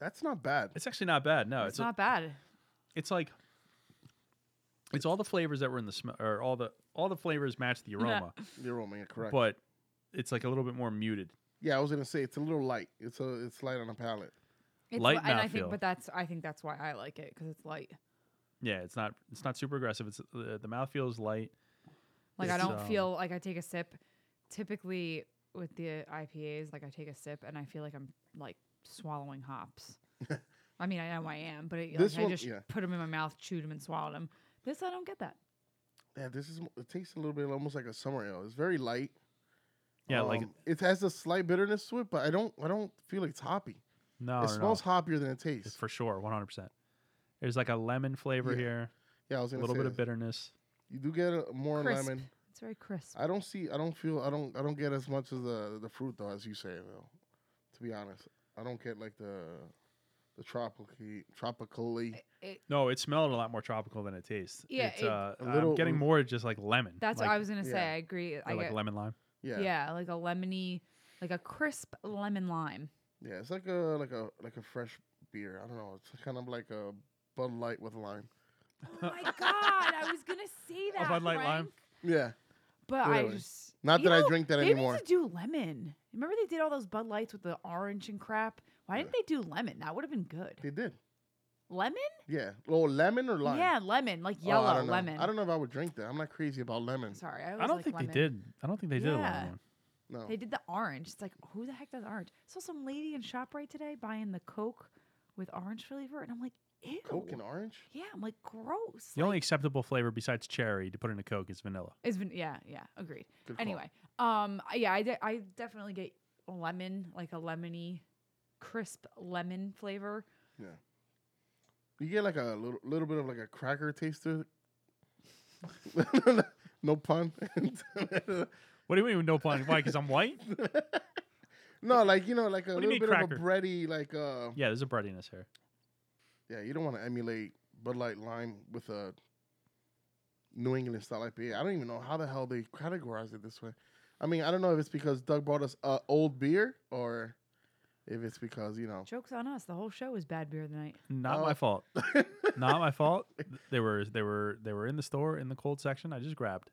That's not bad.
It's actually not bad. No,
it's,
it's a-
not bad.
it's like it's all the flavors that were in the smell, or all the all the flavors match the
Yeah.
aroma,
You're roaming it correct.
but it's like a little bit more muted.
yeah, I was gonna say it's a little light. It's a it's light on the palate.
It's
Light
li- and I
mouthfeel.
think, but that's I think that's why I like it because it's light.
Yeah, it's not it's not super aggressive. It's uh, the mouth feels light.
Like I
It's,
don't
um,
feel like I take a sip. Typically with the IPAs, like I take a sip and I feel like I'm like swallowing hops.
<laughs>
I mean, I know I am, but it,
This
like,
one-
I just
yeah.
put them in my mouth, chewed them, and swallowed them. This I don't get that.
Yeah, this is it tastes a little bit almost like a summer ale. It's very light.
Yeah, like
Um, it has a slight bitterness to it, but I don't I don't feel it's hoppy.
Oh, no,
it
no,
smells
no.
hoppier than it tastes.
for sure, one hundred percent. There's like a lemon flavor
Yeah,
here,
yeah, I was
a
gonna
little
say
bit of
that.
bitterness.
You do get a, more
Crisp.
lemon.
It's very crisp.
I don't see. I don't feel. I don't. I don't get as much as the the fruit though, as you say though. To be honest, I don't get like the the tropically tropically.
It- it-
No, it smelled a lot more tropical than it tastes.
Yeah,
it's,
it-
uh,
A little-
I'm getting more just like lemon.
that's
like,
what I was gonna say.
yeah.
I agree. I
or like
get,
lemon lime.
Yeah, yeah.
yeah. like a lemony, like a crisp lemon lime.
It's like a like a like a fresh beer. I don't know. It's kind of like a Bud Light with lime.
Oh my god! I was gonna
<laughs>
say that.
Bud Light lime?
Frank,
Yeah.
But
Really.
I just
Not
You
that I
know,
drink that
they
anymore.
need to do lemon. Remember they did all those Bud Lights with the orange and crap. Why didn't they do lemon? That would have been good.
They did.
Lemon?
Yeah. Oh, lemon or lime.
Yeah, lemon, like
Oh,
yellow
I don't know.
lemon.
I don't know if I would drink that. I'm not crazy about lemon.
Sorry, I,
I
always
don't
like
think
lemon.
they did. I don't think they did a
Yeah.
lemon one.
No.
They did the orange. It's like, who the heck does orange? saw some lady in Shoprite today buying the Coke with orange flavor, and I'm like, ew.
Coke and orange.
Yeah, I'm like, gross.
The
Like,
only acceptable flavor besides cherry to put in a Coke is vanilla.
it's been, yeah, yeah, agreed.
Good call.
Anyway, um, I- yeah, I, de- I definitely get lemon, like a lemony, crisp lemon flavor.
You get like a little, little bit of like a cracker taste to it. <laughs> no pun.
What do you mean no pun? Why? Because I'm
<laughs>
white?
<laughs> no, like you know, like a
What do you
little
mean
bit
cracker?
of a bready, like uh,
Yeah, there's a breadiness here.
yeah. You don't want to emulate Bud Light Lime with a New England style IPA. I don't even know how the hell they categorize it this way. I mean, I don't know if it's because Doug brought us uh, old beer or if it's because you know.
Joke's on us. The whole show is bad beer tonight.
Not
Oh.
my
<laughs>
fault. Not my fault. They were they were they were in the store in the cold section. I just grabbed.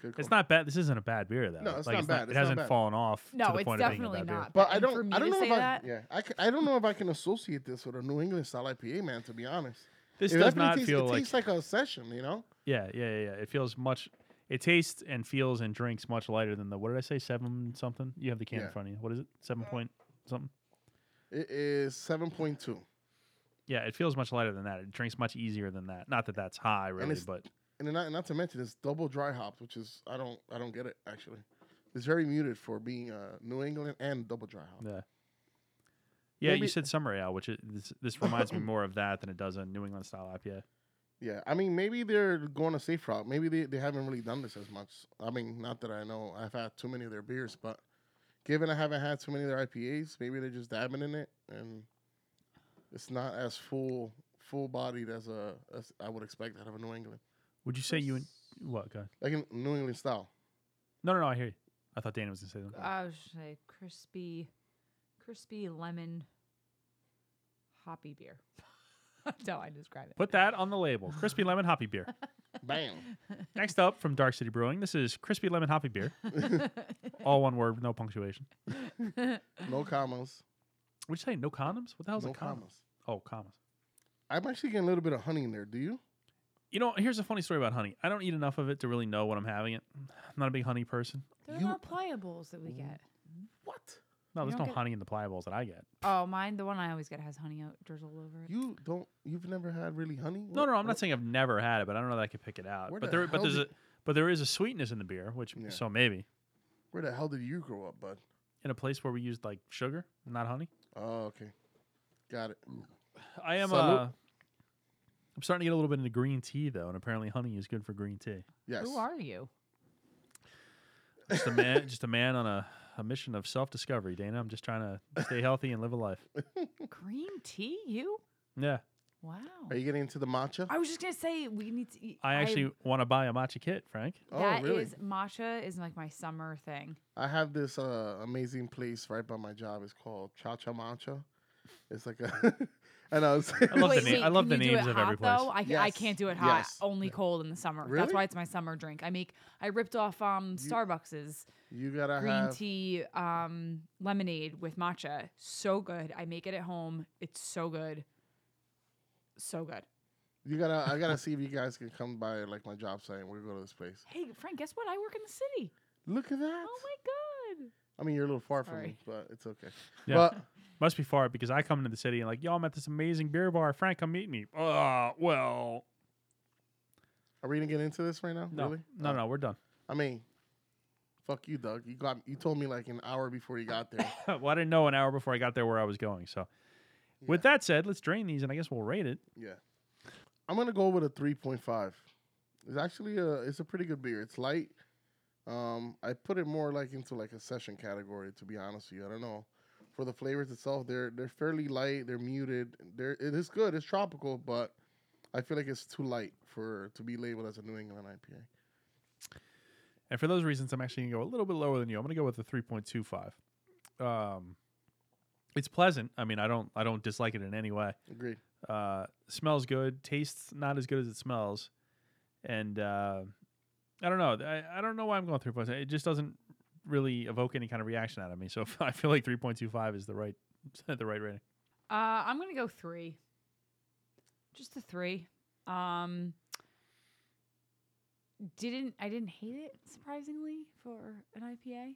Good
It's
call.
not bad. This isn't a bad beer though.
No, it's
Like,
not bad.
It
It's not
hasn't
bad.
fallen off. to
No,
the
it's
point of being a
definitely
bad beer.
not.
But I
And For
don't.
me
I don't
to
know
say
if I.
that,
Yeah, I, c- I don't know if I can associate this with a New England style IPA, man. To be honest,
This
It
does
definitely
not
tastes,
feel
it
like,
tastes like a session. You know.
yeah, yeah, yeah, yeah. It feels much. It tastes and feels and drinks much lighter than the what did I say seven something? You have the can
Yeah.
in front of you. What is it? Seven point something.
It is seven point two,
Yeah, it feels much lighter than that. It drinks much easier than that. Not that that's high, really,
it's-
but
and then not, not to mention it's double dry hopped, which is I don't I don't get it actually. It's very muted for being uh, New England and double dry hop.
yeah. Yeah, you
Oh. Maybe-
said summer ale, which is, this, this reminds me more of that than it does a New England style IPA.
Yeah, I mean maybe they're going a safe route. Maybe they, they haven't really done this as much. I mean, not that I know. I've had too many of their beers, but given I haven't had too many of their IPAs, maybe they're just dabbing in it and It's not as full full bodied as a as I would expect out of a New England,
Would you say you and what? Go ahead.
like in New England style.
No, no, no. I hear you. I thought Dana was gonna say something.
Uh,
I would say crispy, crispy lemon, hoppy beer. <laughs> That's how I describe it.
Put that on the
<sighs>
label. Crispy lemon hoppy
<laughs>
beer.
Bam.
<laughs>
Next up from Dark City Brewing, this is crispy lemon hoppy beer. All one word, no punctuation.
No commas.
Would you say no condoms? What the hell's
no
a condom?
commas.
Oh, commas.
I'm actually getting a little bit of honey in there. Do you?
You know, here's a funny story about honey. I don't eat enough of it to really know when I'm having it. I'm not a big honey person.
They're
You-
not pliables that we get.
What?
No,
You
there's
don't
no
get-
honey in the pliables that I get.
Oh, mine, the one I always get has honey out, drizzled over it.
You don't? You've never had really honey?
No,
What-
no, I'm
what-
not saying I've never had it, but I don't know that I could pick it out.
Where
but
the
there, but
hell
there's a,
did-
but there is a sweetness in the beer, which
Yeah.
so maybe
Where the hell did you grow up, bud?
in a place where we used like sugar, not honey.
Oh, okay. Got it.
I am.
Salute.
Uh, I'm starting to get a little bit into green tea though, and apparently honey is good for green tea.
Yes.
Who are you?
Just a
<laughs>
man, just a man on a, a mission of self discovery, Dana. I'm just trying to stay healthy and live a life.
Hmm. Green tea? You?
Yeah,
Wow.
Are you getting into the matcha?
I was just gonna say we need to. eat-
I actually want to buy a matcha kit, Frank.
Oh,
that is
really?
matcha is like my summer thing.
I have this uh, amazing place right by my job. It's called Cha Cha Matcha. It's like a. <laughs> I know. It's
I love
Wait,
the name.
wait,
I love
can
the
you do
names
it
of
hot,
every place.
Though? I, ca- I
Yes,
can't do it hot.
yes.
Only cold in the summer. That's
Really?
why it's my summer drink. I make. I ripped off um Starbucks's
you gotta
green
have.
tea um lemonade with matcha. So good. I make it at home. It's so good. So good.
You gotta. I gotta see if you guys can come by like my job site. and We're gonna go to this place.
Hey Frank, guess what? I work in the city.
Look at that.
Oh my god.
I mean, you're a little far from
Sorry.
me, but it's okay.
Yeah.
But
Must be far because I come into the city and like, yo, I'm at this amazing beer bar. Frank, come meet me. Uh, well,
are we gonna get into this right now?
no,
Really?
no,
Oh.
no, we're done. <laughs>
I mean, fuck you, Doug. You got. You told me like an hour before you
<laughs>
got there.
well, I didn't know an hour before I got there where I was going. So, with that said, let's drain these and I guess we'll rate it.
Yeah. I'm gonna go with a three point five. It's actually a it's a pretty good beer. It's light. Um, I put it more like into like a session category to be honest with you. I don't know. For the flavors itself, they're they're fairly light. They're muted. They're it is good. It's tropical, but I feel like it's too light for to be labeled as a New England IPA.
And for those reasons, I'm actually gonna go a little bit lower than you. I'm gonna go with a 3.25. Um, it's pleasant. I mean, I don't, I don't dislike it in any way.
Agreed.
Uh, smells good. Tastes not as good as it smells. And uh, I don't know. I, I don't know why I'm going 3.5. It just doesn't really evoke any kind of reaction out of me. So <laughs> I feel like 3.25 is the right, <laughs> the right rating.
Uh, I'm gonna go three. Just a three. Um, didn't I didn't hate it surprisingly for an IPA.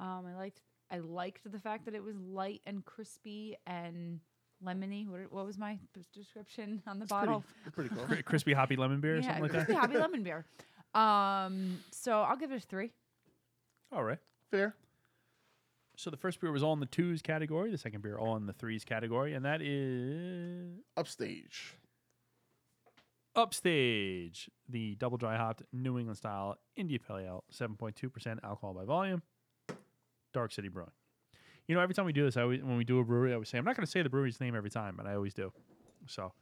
Um, I liked I liked the fact that it was light and crispy and lemony. What what was my p- description on the bottle?
<laughs>
Pretty, it's pretty
Cri- crispy hoppy lemon beer or
yeah,
something like
<laughs> crispy
that.
hoppy lemon beer. Um, so I'll give it a three.
All right.
cool. Fair.
So the first beer was all in the twos category, the second beer all in the threes category, and that is
Upstage.
Upstage, the double dry hopped New England style India Pale Ale, 7.2% alcohol by volume, Dark City Brewing. You know, every time we do this, I always, when we do a brewery, I always say, I'm not going to say the brewery's name every time, but I always do. So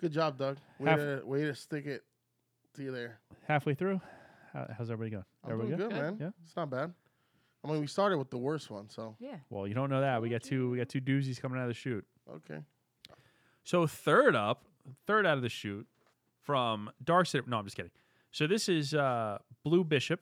Good job, Doug. Way
Half-
to, way to stick it to you there.
halfway through, how, how's everybody going?
I'm
everybody
doing good, man.
Yeah.
It's not bad. I mean, we started with the worst one, so
Yeah.
Well, you don't know that. We got two. We got two doozies coming out of the chute.
okay.
So third up, third out of the shoot from Dark City. No, I'm just kidding. So this is uh, Blue Bishop.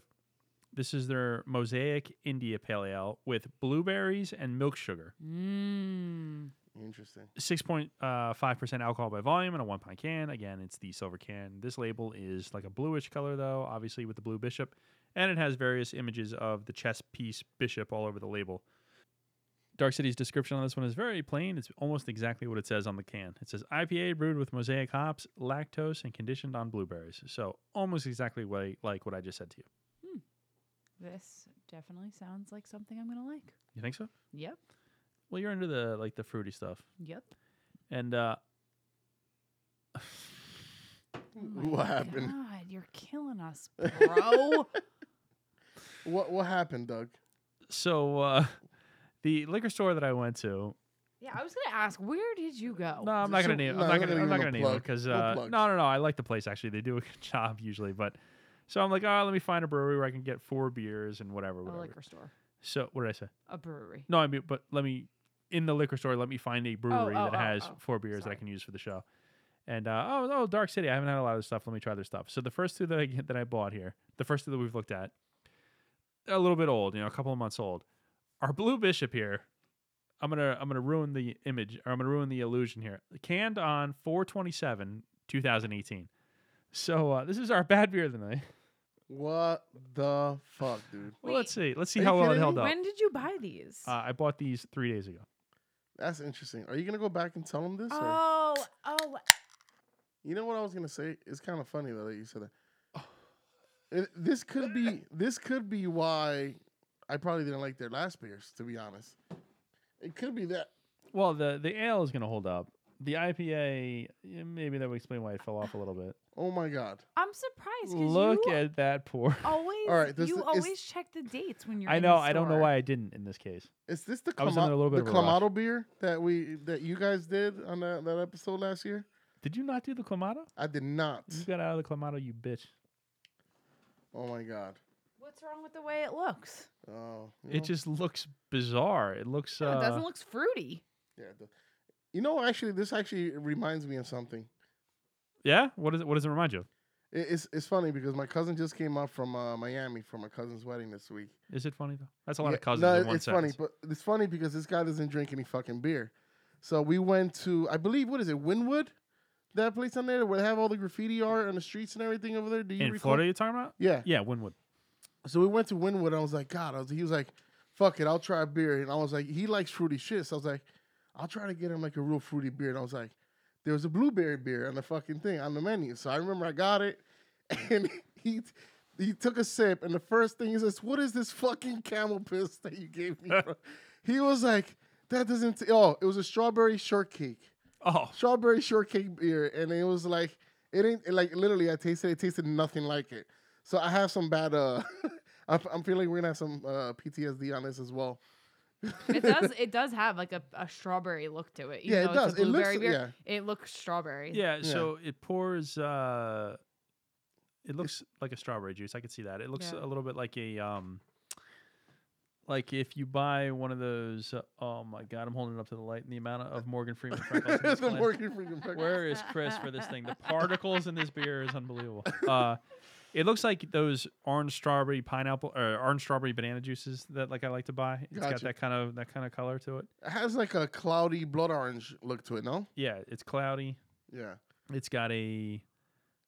This is their Mosaic India Pale Ale with blueberries and milk sugar.
Mm.
Interesting. <laughs>
6.5% alcohol by volume in a one pint can. Again, it's the silver can. This label is like a bluish color, though, obviously, with the blue bishop. And it has various images of the chess piece bishop all over the label. Dark City's description on this one is very plain. It's almost exactly what it says on the can. It says IPA brewed with mosaic hops, lactose, and conditioned on blueberries. So almost exactly what, like what I just said to you.
This definitely sounds like something I'm gonna like.
You think so?
Yep.
Well, you're into the like the fruity stuff,
Yep.
and uh,
Oh my
what happened?
God, you're killing us, bro.
What what happened, Doug?
<laughs> so uh, the liquor store that I went to
<laughs> Yeah, I was gonna ask, where did you go?
No, I'm not
Oh, So-
gonna name.
no,
I'm not
we're
gonna.
gonna
I'm not
give them a
gonna name it
plug.
because
No
uh,
plugs.
no, no, no. I like the place actually. They do a good <laughs> job usually, but so I'm like, oh, let me find a brewery where I can get four beers and whatever,
a
whatever.
liquor store,
So what did I say?
a brewery.
No, I mean, but let me in the liquor store. Let me find a brewery
oh,
that
oh,
has
oh.
four beers that
Sorry.
I can use for the show. And uh, oh no, Dark City. I haven't had a lot of this stuff. Let me try their stuff. So the first two that I get, that I bought here, the first two that we've looked at, a little bit old, you know, a couple of months old. Our Blue Bishop here. I'm gonna I'm gonna ruin the image or I'm gonna ruin the illusion here. Canned on 427 2018. So uh, this is our bad beer of the night.
What the fuck, dude?
Well,
Wait.
let's see. Let's see
Are you
how well it
kidding me?
held up.
When did you buy these?
Uh, I bought these three days ago.
That's interesting. Are you gonna go back and tell them this? or?
oh, oh,
You know what I was gonna say? It's kind of funny though that you said that. It- this could be this could be why I probably didn't like their last beers. To be honest, it could be that.
Well, the the ale is going to hold up. The IPA, eh, maybe that would explain why it fell off a little bit.
Oh my god!
I'm surprised. 'cause
Look
you
at that pour.
always.
All right, this
you
is- it's-
always check the dates when you're.
I
in the
know. I don't know
store.
why I didn't in this case.
Is this the
I was in
Clama-
a little bit
the
of a rush.
Clamato beer that we that you guys did on that, that episode last year?
Did you not do the clamato?
I did not.
You got out of the clamato, you bitch.
Oh my god!
What's wrong with the way it looks?
Oh, you know-
It just looks bizarre. It looks.
No,
Uh,
it doesn't look fruity.
yeah. the- you know, actually, this actually reminds me of something.
yeah. What does it? What does it remind you? of?
It, it's it's funny because my cousin just came up from uh, Miami for my cousin's wedding this week.
Is it funny though? That's a lot
Yeah,
of cousins eh?
no,
in one
it's
sentence.
funny, but it's funny because this guy doesn't drink any fucking beer. So we went to, I believe, what is it, Winwood? That place on there where they have all the graffiti art on the streets and everything over there. Do you
in
recall?
Florida, you're talking about?
Yeah.
Yeah, Winwood.
So we went to Winwood. And I was like, God. I was, he was like, Fuck it, I'll try a beer. And I was like, He likes fruity shit. So I was like, I'll try to get him like a real fruity beer. And I was like, There was a blueberry beer on the fucking thing on the menu. So I remember I got it, <laughs> and he. He took a sip, and the first thing he says, "What is this fucking camel piss that you gave me?" bro?" he was like, "That doesn't." T- oh, it was a strawberry shortcake
Oh,
strawberry shortcake beer, and it was like it ain't it, like literally. I tasted it, it tasted nothing like it. So I have some bad. uh <laughs> I'm, I'm feeling we're gonna have some uh, PTSD on this as well.
<laughs>
It does. It does have like a, a strawberry look to it. even
Yeah, it
though
does.
It's a
It looks-
blueberry beer. It looks strawberry.
yeah.
Yeah.
So it pours. Uh, it looks like a strawberry juice. I could see that. It looks
Yeah.
a little bit like a um, like if you buy one of those. Uh, oh my God! I'm holding it up to the light. The amount of Morgan Freeman.
<laughs>
freckles in this
the
plant.
Morgan Freeman breakfast.
Where is Chris for this thing? The particles in this beer is unbelievable. Uh, it looks like those orange strawberry pineapple or orange strawberry banana juices that like I like to buy. It's got
Gotcha.
that kind of that kind of color to it.
It has like a cloudy blood orange look to it. No,
Yeah, it's cloudy.
yeah,
It's got a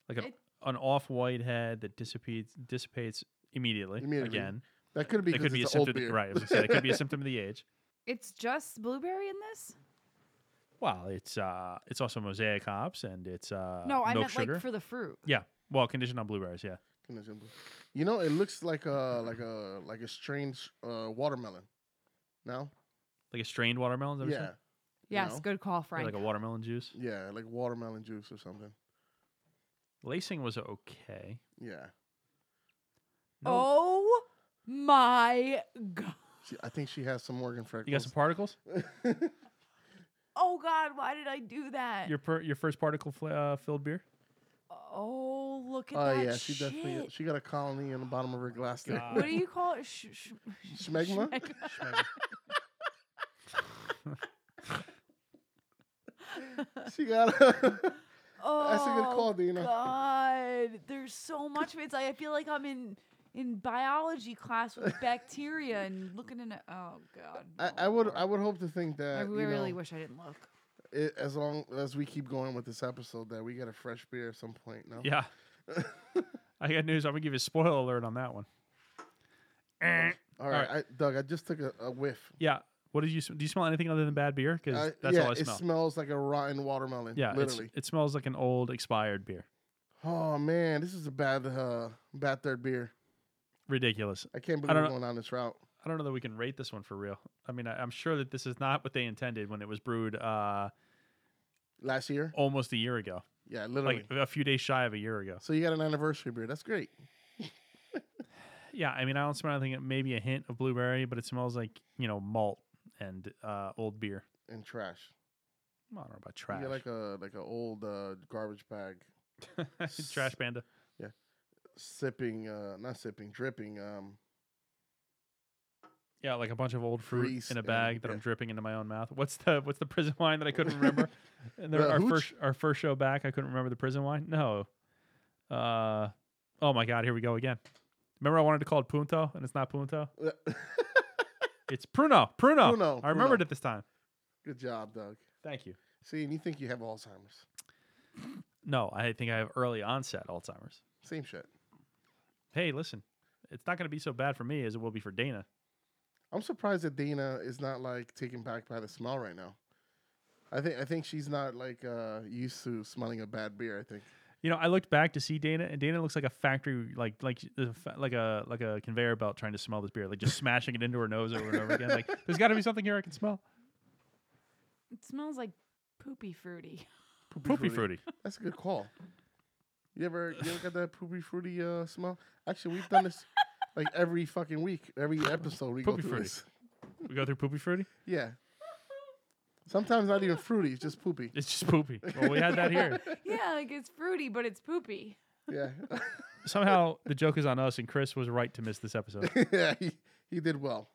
like an,
It-
an off white head that dissipates dissipates immediately,
Immediately.
again.
that could be.
It could
because
be a
it's an old
symptom
beer.
right, I was gonna say, it
<laughs>
could be a symptom of the age.
It's just blueberry in this.
Well, it's uh it's also mosaic hops and it's uh
no, I
milk
meant
sugar.
like for the fruit.
yeah. Well, conditioned on blueberries, yeah.
You know, it looks like a like a like a strange uh, watermelon. No,
Like a strained watermelon, is that what you're
yeah,
saying?
Yes,
know?
good call,
Or
Frank.
like a watermelon juice.
yeah, like watermelon juice or something.
Lacing was okay.
Yeah,
No-
Oh my god!
she, I think she has some Morgan freckles.
You got some particles?
Oh god! Why did I do that?
Your per, your first particle fl- uh, filled beer?
oh, look at
Oh
that
yeah, she definitely
shit.
she got a colony in the bottom of her glass there.
God.
What do you call it? Sh- sh-
Schmegma? she got a <laughs>
Oh,
That's a good call, Dina.
God, there's so much of it. It's like I feel like I'm in in biology
<laughs>
class with bacteria and looking in. A, oh God.
I,
no,
I would
Lord.
I would hope to think that
I
you
really
know,
wish I didn't look.
it, as long as we keep going with this episode that we get a fresh beer at some point. No, <laughs>
Yeah. I got news. I'm gonna give you a spoiler alert on that one. Eh.
All right, I, Doug, I just took a, a whiff.
Yeah. What did you sm- do? You smell anything other than bad beer?
I-
Because that's
Uh, yeah,
all I
it
smell.
smells like a rotten watermelon.
yeah, it's-
literally.
it smells like an old expired beer.
Oh man, this is a bad uh, bad third beer.
Ridiculous.
I can't
I
believe
don't
we're
know.
going down this route.
I don't know that we can rate this one for real. I mean, I, I'm sure that this is not what they intended when it was brewed uh,
Last year,
almost a year ago,
yeah, literally.
Oh, like a few days shy of a year ago.
so you got an anniversary beer. That's great.
Yeah, I mean, I don't smell anything. Maybe a hint of blueberry, but it smells like you know malt and uh, old beer.
and trash.
I don't know about
You
trash.
get like a like an old uh, garbage bag
<laughs> trash panda.
sipping, uh, not sipping, dripping. Um,
Yeah, like a bunch of old fruit
Grease
in a
and-
bag that I'm
yeah.
dripping into my own mouth. What's the what's the <laughs> prison wine that I
<laughs>
couldn't remember? and there,
The
our
hooch?
first our first show back, I couldn't remember the prison wine. No. Uh, oh my god, here we go again. Remember, I wanted to call it Punto, and it's not Punto. It's Pruno. Pruno.
Pruno,
I remembered
Pruno.
it this time.
good job, Doug.
Thank you.
See, and you think you have Alzheimer's?
No, I think I have early onset Alzheimer's.
Same shit.
Hey, listen, it's not going to be so bad for me as it will be for Dana.
I'm surprised that Dana is not like taken back by the smell right now. I think I think she's not like uh, used to smelling a bad beer. I think
You know, I looked back to see Dana, and Dana looks like a factory, like like the fa- like a like a conveyor belt trying to smell this beer, like just smashing it into her nose over and over again. Like, there's got to be something here I can smell.
It smells like poopy fruity. <laughs>
Poopy fruity.
That's a good call. You ever you ever got that poopy fruity uh, smell? Actually, we've done this like every fucking week, every episode we
Poopy
go through
fruity.
this.
We go through poopy fruity.
Yeah. Sometimes not even fruity, it's just poopy.
It's just poopy. Well, we had that here.
yeah, like it's fruity, but it's poopy.
Yeah, <laughs>
Somehow the joke is on us, and Chris was right to miss this episode.
yeah, he, he did well.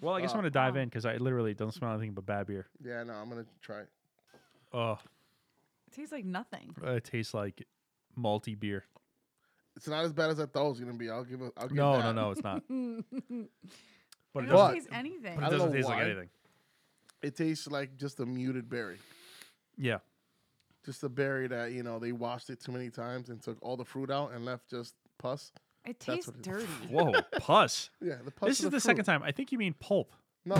Well, I guess I'm
Wow.
gonna dive
Wow.
in because I literally don't smell anything but bad beer.
Yeah, no, I'm gonna try. it.
Oh,
It tastes like nothing.
it tastes like malty beer.
It's not as bad as I thought it was gonna be. I'll give it. I'll give
No, no,
that.
no, it's
<laughs>
not. But
I
it
don't
doesn't.
But-
taste anything.
But
I
it
don't
doesn't
know
taste like
why.
anything.
It tastes like just a muted berry,
Yeah.
just a berry that you know they washed it too many times and took all the fruit out and left just pus.
It
That's
tastes
what it
dirty.
Whoa,
<laughs>
pus.
Yeah, the pus.
this is the second time. I think you mean pulp.
No,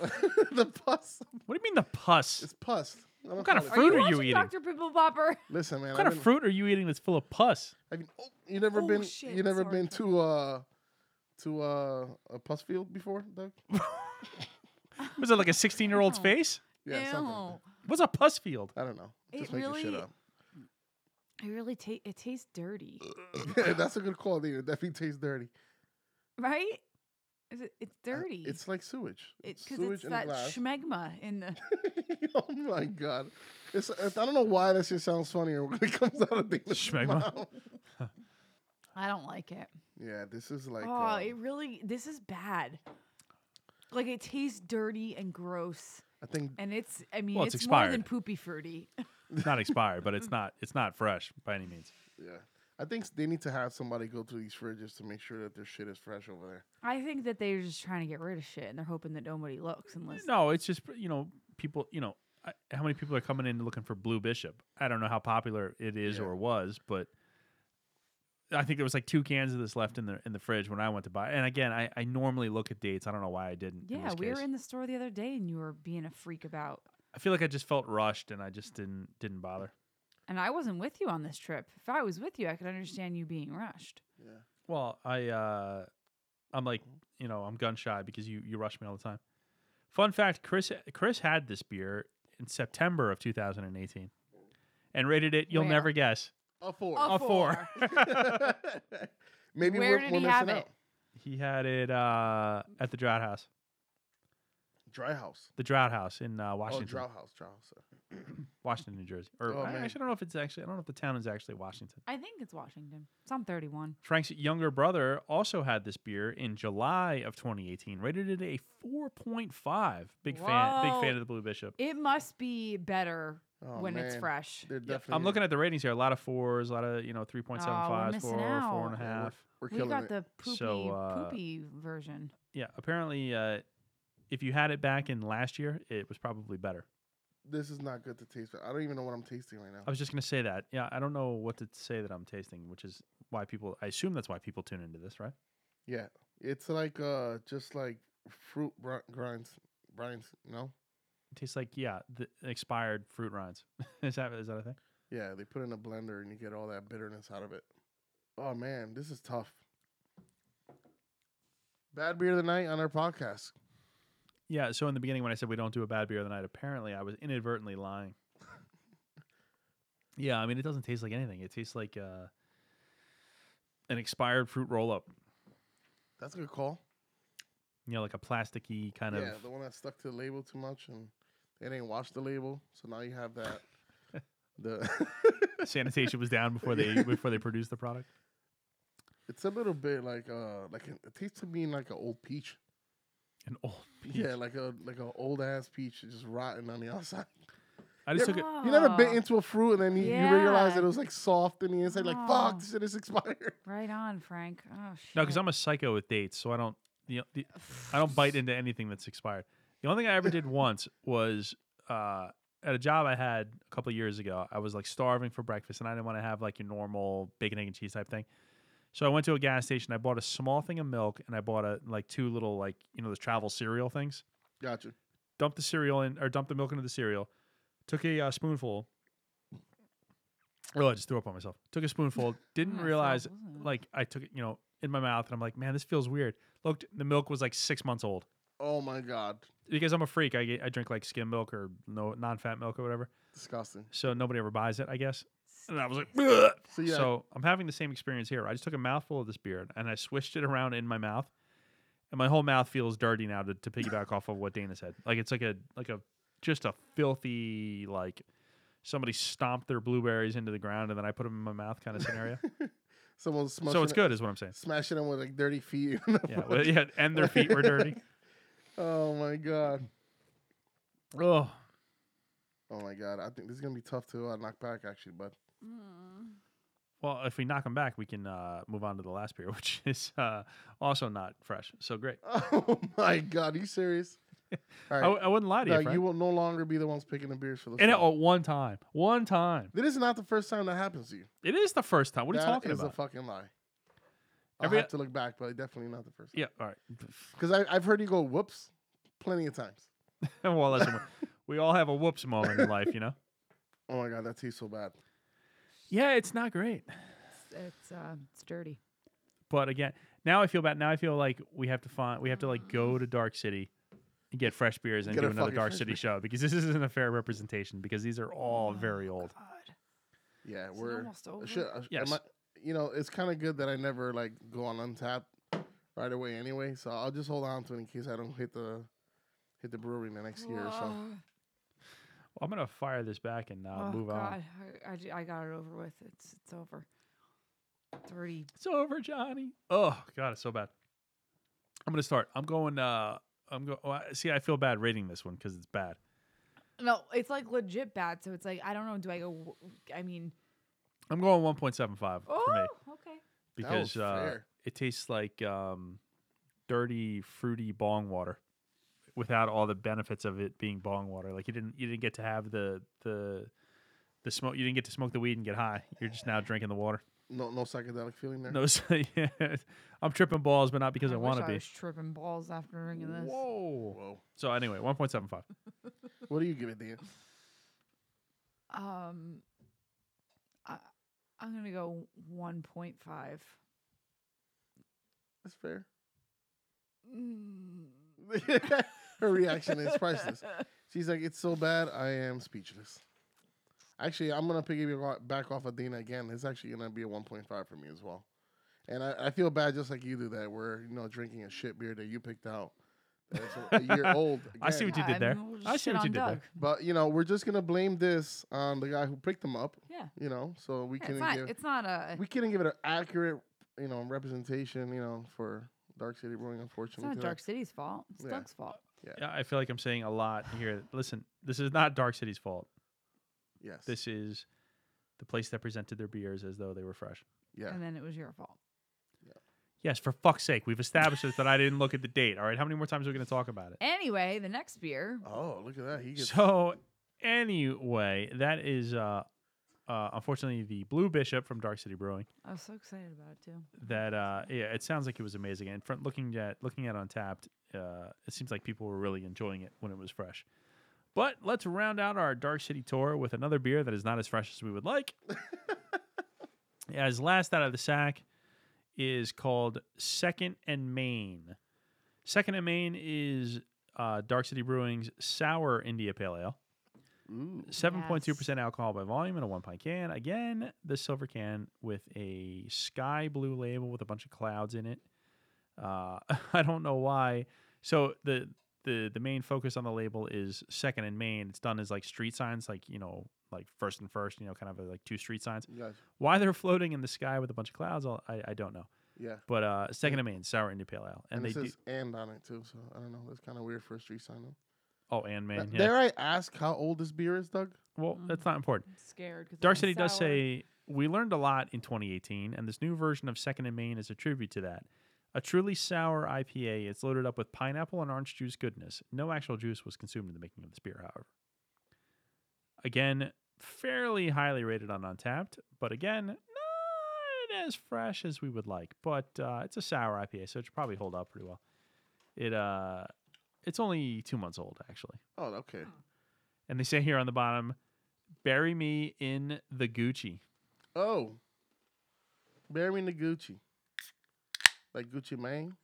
<laughs> the pus.
What do you mean the pus?
It's pus. I don't
What kind of
call it-
Are
Fruit
you
are you
watching
eating?
Dr. Pimple Popper?
Listen, man.
What kind
I've
of
been-
fruit are you eating that's full of pus?
I've been, oh, you never
Oh,
been.
shit,
you never
sorry,
been
Trevor.
to uh to uh a pus field before, Doug?
Was it like a 16 year
<laughs>
old's
Ew.
face?
<laughs> Yeah, something. like
Ew.
What's a pus
<laughs>
field?
that. I don't know.
It
Just making shit
really-
up.
It really ta- it tastes dirty, <coughs>
<laughs> That's a good call, dude. It definitely tastes dirty.
right? Is it, it's
I-
dirty.
Uh, it's like sewage.
It-
It's
'cause
sewage
it's
in a
that
glass.
schmegma in the.
<laughs> oh my god. It's, it's, I don't know why that shit sounds <laughs> funnier when it comes out of Dana's
Schmegma.
mouth.
I don't like it.
Yeah, this is like.
oh,
um,
it really. This is bad. Like it tastes dirty and gross,
I think
and it's. I mean,
Well, it's
it's, more than
expired.
poopy fruity. <laughs>
It's not expired, but it's not it's not fresh by any means.
yeah, I think s- they need to have somebody go through these fridges to make sure that their shit is fresh over there.
I think that they're just trying to get rid of shit, and they're hoping that nobody looks and listens.
No, it's just you know people you know I, how many people are coming in looking for Blue Bishop? I don't know how popular it is
Yeah.
or was, but I think there was like two cans of this left in the in the fridge when I went to buy. And again, I, I normally look at dates. I don't know why I didn't. in
Yeah,
this
we
case.
were in the store the other day, and you were being a freak about.
I feel like I just felt rushed and I just didn't didn't bother.
And I wasn't with you on this trip. If I was with you, I could understand you being rushed.
Yeah.
Well, I uh I'm like, you know, I'm gun shy because you you rush me all the time. Fun fact, Chris Chris had this beer in September of 2018 and rated it, you'll
Where?
never guess,
A Oh, four.
A
a 4.
<laughs> Maybe
Oh. Where
we're,
did
we're
he
missing
have
out.
it?
he had it uh at the Drought House,
Dry house.
the Drought House in uh,
Oh,
Washington,
drought house. Drought house. sorry.
Washington, New Jersey. Or
Oh,
I
man.
actually don't know if it's actually I don't know if the town is actually Washington.
<laughs> I think it's Washington. It's on 31.
Frank's younger brother also had this beer in July of 2018, rated it a 4.5. Big fan, big fan
Whoa.
of the Blue Bishop.
It must be better
Oh,
when it's
man.
fresh.
They're
Yeah,
definitely.
I'm looking at the ratings here. A lot of fours, a lot of you know three point seven
Oh, we're
fives,
missing
four, four and a
out.
Yeah,
half.
We're
We
killing
got
it.
the poopy,
So, uh,
poopy version.
Yeah, apparently, uh, if you had it back in last year, it was probably better.
This is not good to taste. but I don't even know what I'm tasting right now.
I was just gonna say that. Yeah, I don't know what to say that I'm tasting, which is why people. I assume that's why people tune into this, right?
Yeah, it's like uh, just like fruit br- grinds, grinds. No,
It tastes like yeah, the expired fruit rinds. <laughs> is that is that a thing?
yeah, they put it in a blender and you get all that bitterness out of it. Oh man, this is tough. Bad beer of the night on our podcast.
Yeah. So in the beginning, when I said we don't do a bad beer of the night, apparently I was inadvertently lying. yeah, I mean it doesn't taste like anything. It tastes like uh, an expired fruit roll up.
That's a good call.
you know, like a plasticky kind
yeah,
of.
the one that stuck to the label too much and they didn't wash the label, so now you
<laughs>
have that. the <laughs>
sanitation was down before they before they produced the product.
it's a little bit like uh like an, it tastes to me like an old peach.
An old.
Yeah, like a like an old ass peach, just rotten on the outside.
I just
Yeah.
took it.
You never
Oh,
bit into a fruit and then you, you realize
Yeah.
that it was like soft in the inside. Like
Oh.
fuck, this shit is expired.
Right on, Frank. Oh shit.
No, because I'm a psycho with dates, so I don't. You know, the, I don't bite into anything that's expired. The only thing I ever did once was uh, at a job I had a couple years ago. I was like starving for breakfast, and I didn't want to have like your normal bacon, egg, and cheese type thing. So I went to a gas station. I bought a small thing of milk, and I bought a like two little like you know those travel cereal things.
Gotcha.
dumped the cereal in or dumped the milk into the cereal, took a uh, spoonful. Oh, I just threw up on myself. Took a spoonful, didn't
<laughs> Oh,
realize
so it wasn't.
like I took it, you know, in my mouth, and I'm like, man, this feels weird. Looked, the milk was like six months old.
Oh my god,
Because I'm a freak, I get, I drink like skim milk or no non-fat milk or whatever.
disgusting.
So nobody ever buys it, I guess. And I was like, "Ugh."
So yeah,
so I'm having the same experience here. I just took a mouthful of this beer and I swished it around in my mouth, and my whole mouth feels dirty now. To, to piggyback off of what Dana said, like it's like a like a just a filthy like somebody stomped their blueberries into the ground and then I put them in my mouth kind of scenario.
someone's smashing
so it's good, is what I'm saying.
Smashing them with like dirty feet. <laughs>
Yeah, well, yeah, and their feet were dirty.
Oh my god.
Oh,
Oh my god. I think this is gonna be tough to uh, knock back actually, but
mm,
well, if we knock them back, we can uh, move on to the last beer, <laughs> which is uh, also not fresh. So great.
<laughs> oh my god, are
<laughs>
you serious? All
I,
right.
w- I wouldn't lie to
Now,
you, Frank.
you will no longer be the ones picking the beers for the
and
show.
it, oh, one time, one time.
This is not the first time that happens to you.
It is the first time. What are you
That
talking
is
about?
a fucking lie. I'll
Every-
have to look back, but definitely not the first.
Yeah, all right. <laughs>
Because I've heard you go whoops plenty of times.
well, listen, we- we all have a whoops moment in life, you know.
Oh my god, that tastes so bad.
Yeah, it's not great,
It's- it's uh, it's dirty.
but again, now I feel bad. Now I feel like we have to find, we have to like go to Dark City and get fresh beers and
Get
do
a
another
fucking
Dark
fresh
City
beer.
show because this isn't a fair representation because these are all very old.
God.
Yeah,
Is it
we're
almost over?
Should, I- am
Yes.
I- you know, it's kind of good that I never like go on untap right away anyway, so I'll just hold on to it in case I don't hit the hit the brewery in the next year or so.
Whoa.
Well, I'm gonna fire this back and uh,
oh
move
God.
on.
I, I, ju- I got it over with. It's it's over. Dirty.
It's over, Johnny. Oh God, it's so bad. I'm gonna start. I'm going. uh I'm going. Oh, I- see, I feel bad rating this one because it's bad.
No, it's like legit bad. So it's like I don't know. Do I go? w- I mean,
I'm going 1.75 for me.
oh, okay.
That was
because uh,
fair.
it tastes like um, dirty fruity bong water without all the benefits of it being bong water like you didn't you didn't get to have the the the smoke you didn't get to smoke the weed and get high you're just now drinking the water
No, no psychedelic feeling there.
no <laughs> so, yeah, i'm tripping balls but not because i,
wish
want to
I
be
was tripping balls after drinking this.
whoa
Whoa.
so anyway 1.75
What do you give it, Dan?
Um, I, I'm gonna go 1.5.
That's fair.
Mm.
Her reaction is priceless. She's like, "It's so bad, I am speechless." Actually, I'm gonna piggyback back off of Dana again. It's actually gonna be a 1.5 for me as well. And I, I feel bad just like you do that, where you know drinking a shit beer that you picked out that's a, a year old.
I see
again.
what you did there.
Mm, mean, we'll
I
just
see
shit
what you
on
did there.
Doug.
But you know, we're just gonna blame this on the guy who picked them up.
Yeah.
You know, so we
Yeah,
couldn't
it's not.
give
It's not a.
we couldn't give it an accurate you know representation. You know, for Dark City Brewing,
It's
unfortunately.
not
today.
Dark City's fault. It's
Yeah.
Doug's fault.
yeah i feel like i'm saying a lot here listen this is not dark city's fault
Yes.
this is the place that presented their beers as though they were fresh
yeah.
And then it was your fault.
Yes, for fuck's sake, we've established this that I didn't look at the date. All right, how many more times are we going to talk about it?
Anyway, the next beer.
Oh, look at that. He gets
So, anyway, that is uh, uh, unfortunately the Blue Bishop from Dark City Brewing.
I was so excited about it too.
That uh, yeah, it sounds like it was amazing. And from looking at looking at Untapped, uh, it seems like people were really enjoying it when it was fresh. But let's round out our Dark City tour with another beer that is not as fresh as we would like. as last out of the sack is called Second and Main. Second and Main is uh, Dark City Brewing's sour India Pale Ale.
Ooh.
7.2% alcohol by volume in a one pint can. Again, the silver can with a <laughs> sky blue label with a bunch of clouds in it. Uh, I don't know why So the the the main focus on the label is second and main. It's done as like street signs, like you know, like first and first, you know, kind of like two street signs.
Yes.
Why they're floating in the sky with a bunch of clouds, I'll- I I don't know.
Yeah.
But uh, second and main, sour India Pale Ale, and,
And,
they
it
do.
says and on it too, so I don't know. That's kind of weird for a street sign. though.
Oh, and
Th-
main.
Mm.
Yeah.
Dare I ask how old this beer is, Doug?
Well, that's not important.
I'm scared. 'cause it
Dark
sounds
City does
sour.
say we learned a lot in 2018, and this new version of Second and Main is a tribute to that. A truly sour IPA. It's loaded up with pineapple and orange juice goodness. No actual juice was consumed in the making of this beer, however. Again, fairly highly rated on Untapped, but again, not as fresh as we would like. But uh, it's a sour IPA, so it should probably hold up pretty well. It uh, it's only two months old actually,
Oh, okay.
and they say here on the bottom, "Bury me in the Gucci."
Oh, bury me in the Gucci, like Gucci Mane.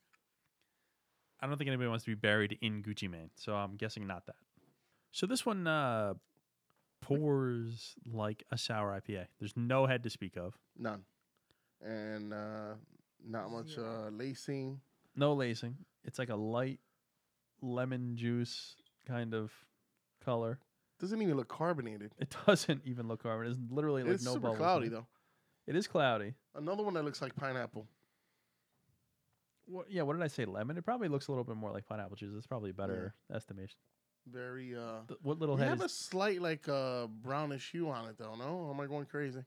I don't think anybody wants to be buried in Gucci Mane, so I'm guessing not that. So this one uh, pours like a sour IPA. There's no head to speak of,
None, and uh, not much
Zero.
uh, lacing.
no lacing. It's like a light lemon juice kind of color.
Doesn't even look carbonated.
It <laughs> doesn't even look carbon. It's literally like
it's
no
super
bubbles. in
cloudy
it.
though.
It is cloudy.
Another one that looks like pineapple.
Wha- yeah, what did I say? Lemon. It probably looks a little bit more like pineapple juice. That's probably a better estimation.
Very. Uh,
Th- what little
we
head
have a
is?
slight like uh, brownish hue on it though. No, Or am I going crazy?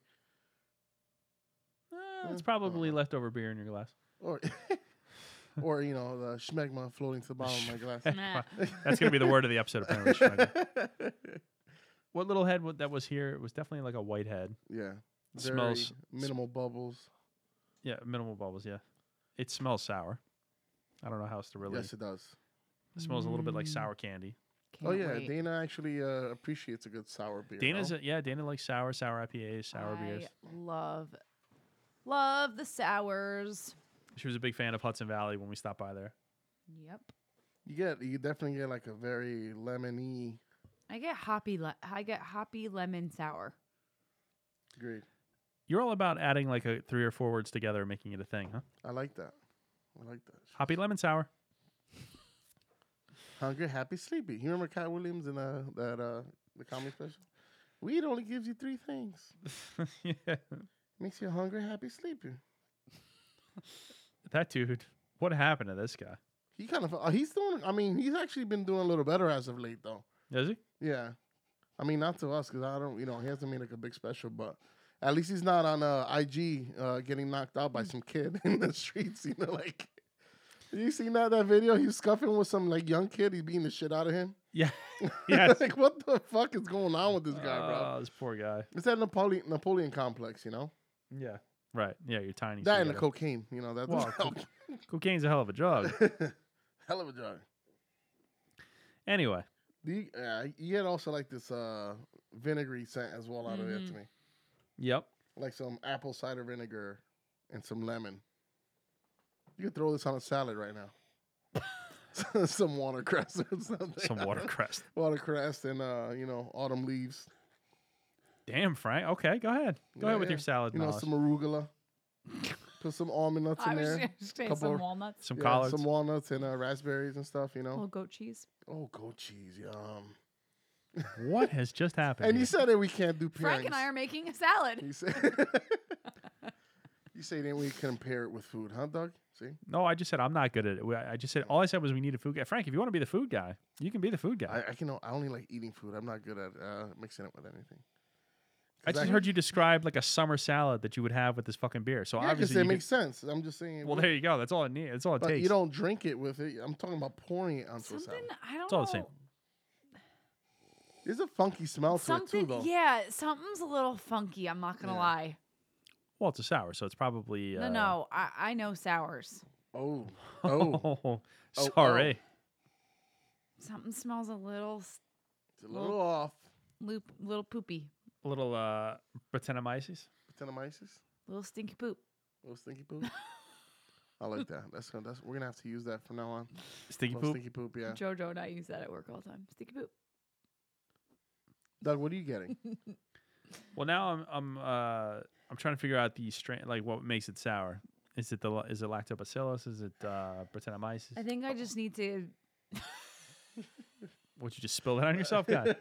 Eh, it's
Mm,
probably
uh,
leftover beer in your glass.
Or, <laughs> or you know the schmegma floating to the bottom of my
<laughs>
glass.
Nah.
<laughs>
That's gonna be the word of the episode <laughs> apparently. Schmegma. what little head wa- that was here it was definitely like a white head
yeah.
It smells
Very minimal bubbles.
yeah minimal bubbles yeah it smells sour i don't know how else to really
Yes, it does.
it smells a little bit like
Mm.
sour candy
oh
Can't
yeah,
wait.
Dana actually uh, appreciates a good sour beer.
dana's
no?
a, yeah dana likes sour sour ipas sour beers
<laughs>
I love, love the sours.
she was a big fan of hudson valley when we stopped by there
Yep.
you get you definitely get like a very lemony.
I get hoppy. Le- I get hoppy lemon sour.
Great,
you're all about adding like a three or four words together and making it a thing huh
I like that. I like that.
hoppy lemon
<laughs>
sour
Hungry, happy, sleepy. You remember Cat Williams in uh, that uh, the comedy special? Weed only gives you three things:
yeah
makes you hungry, happy, sleepy.
that dude what happened to this guy
He kind of uh, he's doing. I mean, he's actually been doing a little better as of late, though.
is he
Yeah, I mean, not to us because I don't. You know, he hasn't made like a big special, but at least he's not on uh, IG uh, getting knocked out by some kid <laughs> in the streets. You know, like you seen that that video? He's scuffing with some like young kid. He's beating the shit out of him. <laughs>
yeah yes
like what the fuck is going on with this guy, bro?
Oh, this poor guy
It's that Napoleon Napoleon complex, you know.
yeah right yeah you're tiny so
That
you
and the
gotta-
cocaine, you know. That's <laughs>
Well, cocaine's a hell of a drug
hell of a drug.
anyway
Do you, uh, you get also like this uh, vinegary scent as well out of it to
Mhm.
me.
yep
like some apple cider vinegar and some lemon. You could throw this on a salad right now. <laughs> some watercress or something.
some watercress
<laughs> watercress and uh, you know, autumn leaves.
Damn, Frank. Okay, go ahead. Go
Yeah,
ahead with
yeah.
your salad
You know,
knowledge.
some arugula. Put some almond nuts
I
in
was
there.
gonna say
couple
some
of-
walnuts,
some,
Yeah,
collards.
some walnuts and uh, raspberries and stuff, you
little
know.
goat cheese.
Oh, goat cheese, yum.
what has
<laughs>
just happened?
And
here?
you said that we can't do pairings.
Frank and I are making a salad.
You say, you say then we can pair it with food, huh, Doug? See?
no, I just said I'm not good at it. We- I I just said all I said was we need a food guy. Frank, if you want to be the food guy, you can be the food guy. I,
I, I can. o- I only like eating food. I'm not good at uh, mixing it with anything.
just heard you describe like a summer salad that you would have with this fucking beer. So
Yeah, because
obviously,
it
you
makes sense. I'm just saying.
can, well,
we-
there you go. That's all it needs. That's all it
but
takes.
you don't drink it with it. I'm talking about pouring it onto a
Something
salad.
I don't
all the
know.
same.
There's a funky smell to it too,
Something,
though.
yeah, something's a little funky. I'm not gonna
Yeah.
lie.
well, it's a sour, so it's probably uh,
No,
<laughs>
no, I, I know sours.
Oh, oh,
Oh,
oh.
sorry.
Something smells a little s-
it's a little off.
loop, little poopy,
A little uh, Brettanomyces.
Brettanomyces,
little stinky poop.
little stinky poop.
<laughs>
I like that. That's gonna. That's, we're gonna have to use that from now on.
Stinky
Little
poop.
Stinky poop. Yeah.
Jojo and I use that at work all the time. Stinky poop.
Doug, what are
<laughs>
you getting? <laughs>
Well, now I'm I'm uh I'm trying to figure out the strain, like what makes it sour. Is it the la- is it lactobacillus? Is it uh, Brettanomyces?
I think I just need to
Would you just spill that on <laughs> yourself, God?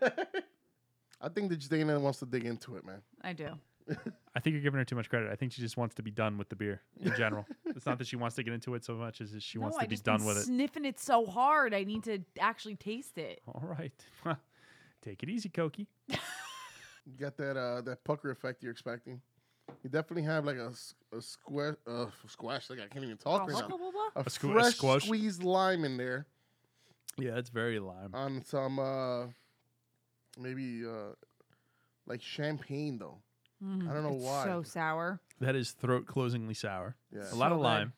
I think that Dana wants to dig into it, man.
I do.
I think you're giving her too much credit. I think she just wants to be done with the beer <laughs> in general. it's not that she wants to get into it so much as she wants
no,
to
I
be
just been
done with it.
Sniffing it so hard, I need to actually taste it.
All right. Take it easy, Cokie.
You got that uh, that pucker effect you're expecting. You definitely have like a, s- a squash, uh, squash. Like I can't even talk right now. A,
squ- a
fresh
squash?
squeezed lime in there
Yeah, it's very lime.
on some uh, maybe uh, like champagne though.
Mm,
I don't know
it's
why.
So sour.
That is throat closingly sour.
Yeah.
A lot
So
of
good.
lime.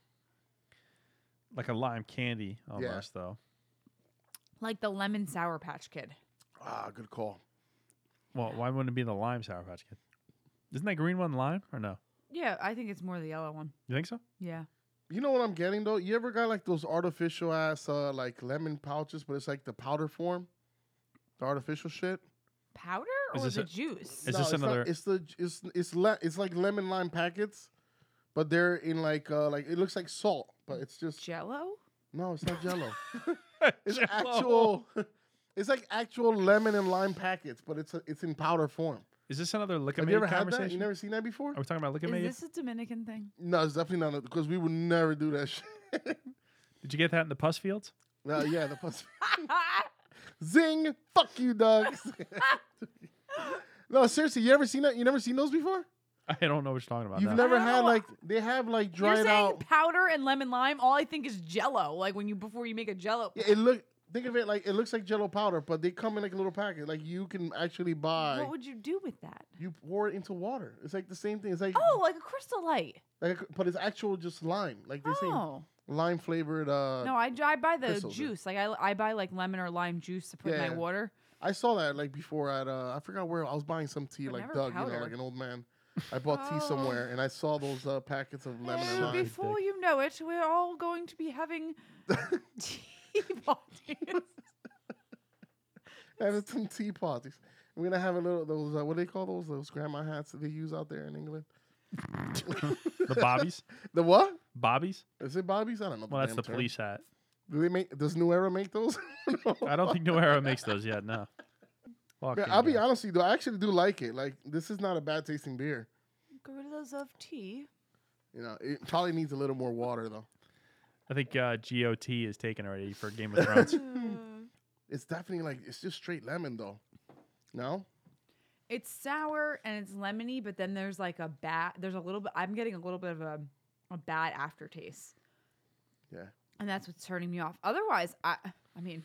Like a lime candy almost, though.
Like the lemon sour patch kid.
Ah, good call.
Well, why wouldn't it be the lime sour patch kid? Isn't that green one lime or no?
Yeah, I think it's more the yellow one.
You <laughs> think so?
Yeah.
You know what I'm getting though? You ever got like those artificial ass uh, like lemon pouches, but it's like the powder form, the artificial shit.
Powder
Is
or
this
the
a-
juice?
Is this
it's not-
another-
it's the it's it's le- it's like lemon lime packets, but they're in like uh like it looks like salt, but it's just
Jello?
no, it's not
<laughs>
Jello. It's actual. <laughs> It's like actual lemon and lime packets, but it's it's in powder form.
Is this another lick
Have
made
you ever had
conversation?
that? You never seen that before?
Are we talking about lick
Is
made?
this a Dominican <laughs> thing?
No, it's definitely not because we would never do that <laughs> shit.
Did you get that in the pus fields?
no, yeah, the pussy. <laughs>
Ah,
Zing! Fuck you, dogs. <laughs> no, seriously, you ever seen that? You never seen those before?
<laughs> I don't know what you're talking about.
You've
no.
never
don't
had
know.
like they have like
You're
dried
saying
out.
powder and lemon lime? All I think is jello. Like when you before you make a jello.
Yeah, it look. Think of it like it looks like Jello powder, but they come in like a little packet. Like you can actually buy.
What would you do with that?
you pour it into water. It's like the same thing. It's like,
Oh, like a crystal light.
like but it's actual just lime. Like they say
Oh.
lime flavored. Uh,
No, I, I buy the
crystals, yeah.
juice. Like I, I buy like lemon or lime juice to put in
Yeah.
my water.
I saw that like before at uh, I forgot where I was buying some tea
But
like
never
Doug, you know,
powder.
like an old man. I bought tea
Oh.
somewhere and I saw those uh, packets of lemon and
And
lime.
before you know it, we're all going to be having <laughs> tea <laughs> parties.
<laughs> and it's some tea parties. We're gonna have a little those uh, what do they call those those grandma hats that they use out there in England.
<laughs> the bobbies,
The what?
bobbies.
Is it Bobby's? I don't know.
Well, that's
damn
the
term.
police <laughs> hat.
Do they make? Does New Era make those? No.
I don't think New Era makes those yet. No. Fucking
Man, I'll be
God.
honest with you, though. I actually do like it. Like, this is not a bad tasting beer.
Gorillas of
<coughs>
tea.
You know, it probably needs a little more water, though.
I think uh, GOT is taken already for Game of Thrones.
It's definitely like, it's just straight lemon, though. No?
It's sour and it's lemony, but then there's like a bad. There's a little bit. I'm getting a little bit of a, a bad aftertaste.
Yeah.
And that's what's turning me off. Otherwise, I. I mean,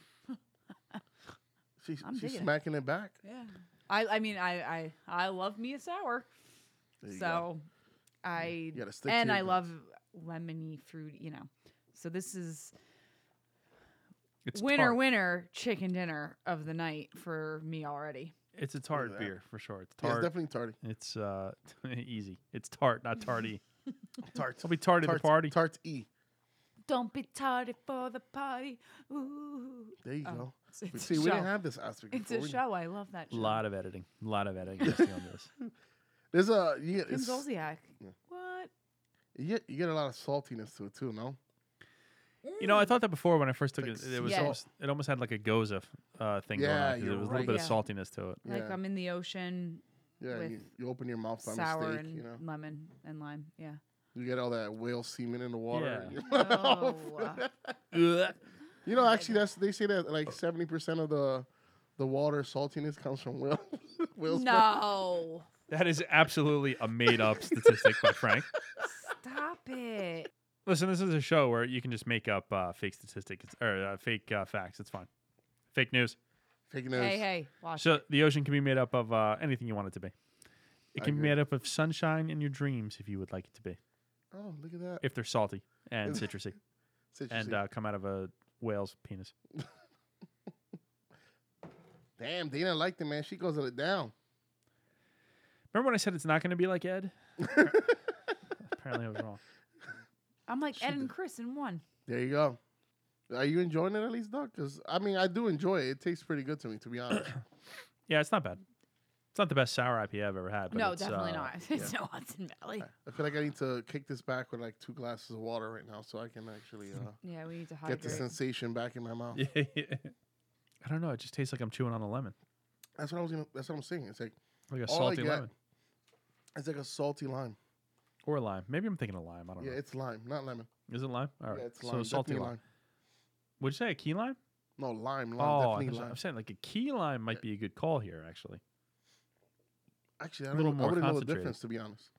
She's,
I'm
she's
digging it.
smacking it back.
yeah. I. I mean, I. I. I love me a sour.
There you go.
So, I.
you gotta stick to
And
your
I
guns.
love lemony fruit. You know. So this is
<laughs> It's
winner
tart.
winner chicken dinner of the night for me already.
It's a tart
that.
beer for sure. It's
Yeah, it's
tart.
definitely tarty.
it's uh, <laughs> easy. It's tart, not tardy. <laughs>
Tarts.
I'll be tart at the
Tarts-
party.
Tarts E.
Don't be tardy for the party. Ooh.
There you
Oh,
go.
It's,
But
it's
see,
a
we
show.
didn't have this aspect
It's
before.
a
We-
show. I love that
A
show.
lot of editing. A lot of editing Christy, on this.
There's a, you get,
Kim
it's,
Zolciak.
Yeah.
What?
you, get, you get a lot of saltiness to it, too, no?
You know, I thought that before when I first took
Like
it. It was
Yeah.
almost. It almost had like a goza f- uh, thing going
Yeah,
on. 'cause
you're
There was
right.
a little bit
Yeah.
of saltiness to it.
Like
Yeah.
I'm in the ocean,
Yeah,
with
you, you open your mouth by
sour
mistake,
and
you know?
lemon and lime.
<laughs>
Yeah.
You get all that whale semen in the water. <laughs>
Yeah.
in your mouth.
Oh.
<laughs> You know, actually, that's they say that like seventy percent of the the water saltiness comes from <laughs> whale whale sperm.
no.
That is absolutely a
<laughs>
made-up statistic by Frank.
Stop it.
Listen, this is a show where you can just make up uh, fake statistics or uh, fake uh, facts. It's fine. Fake news.
Fake news.
Hey, hey. Watch
So
it.
the ocean can be made up of uh, anything you want it to be. It
I
can be
agree.
made up of sunshine and your dreams if you would like it to be,
Oh, look at that.
if they're salty and
<laughs> Is-
citrusy
Citrusy.
and uh, come out of a whale's penis.
Damn, Dana liked it, man. She goes it down.
Remember when I said it's not going to be like
<laughs>
Ed? Apparently, I was wrong.
I'm like
She
Ed and
did.
Chris in one.
There you go. Are you enjoying it at least, Doc? Because I mean, I do enjoy it. It tastes pretty good to me, to be honest.
<coughs>
Yeah, it's not bad. It's not the best sour IPA I've ever had. But
No,
it's,
definitely
uh,
not. <laughs> It's no Hudson Valley.
I feel like I need to kick this back with like two glasses of water right now, so I can actually uh,
Yeah, we need to hydrate.
get the sensation back in my mouth.
Yeah, yeah. <laughs> I don't know. It just tastes like I'm chewing on a lemon,
That's what I was gonna. That's what I'm saying. It's like
like a
All I
salty
get-
lemon
it's like a salty lime.
or lime. Maybe I'm thinking of lime. I don't
Yeah,
know.
it's lime, not lemon.
Is it lime? All right.
Yeah, it's
so
lime.
salty
definitely
lime. Would you say a key lime?
No, lime, lime,
oh, I
definitely
thought-
lime.
I'm saying like a key lime might be a good call here, actually.
Actually, I,
little
don't, know- I
more
wouldn't know the
concentrated.
difference to be honest.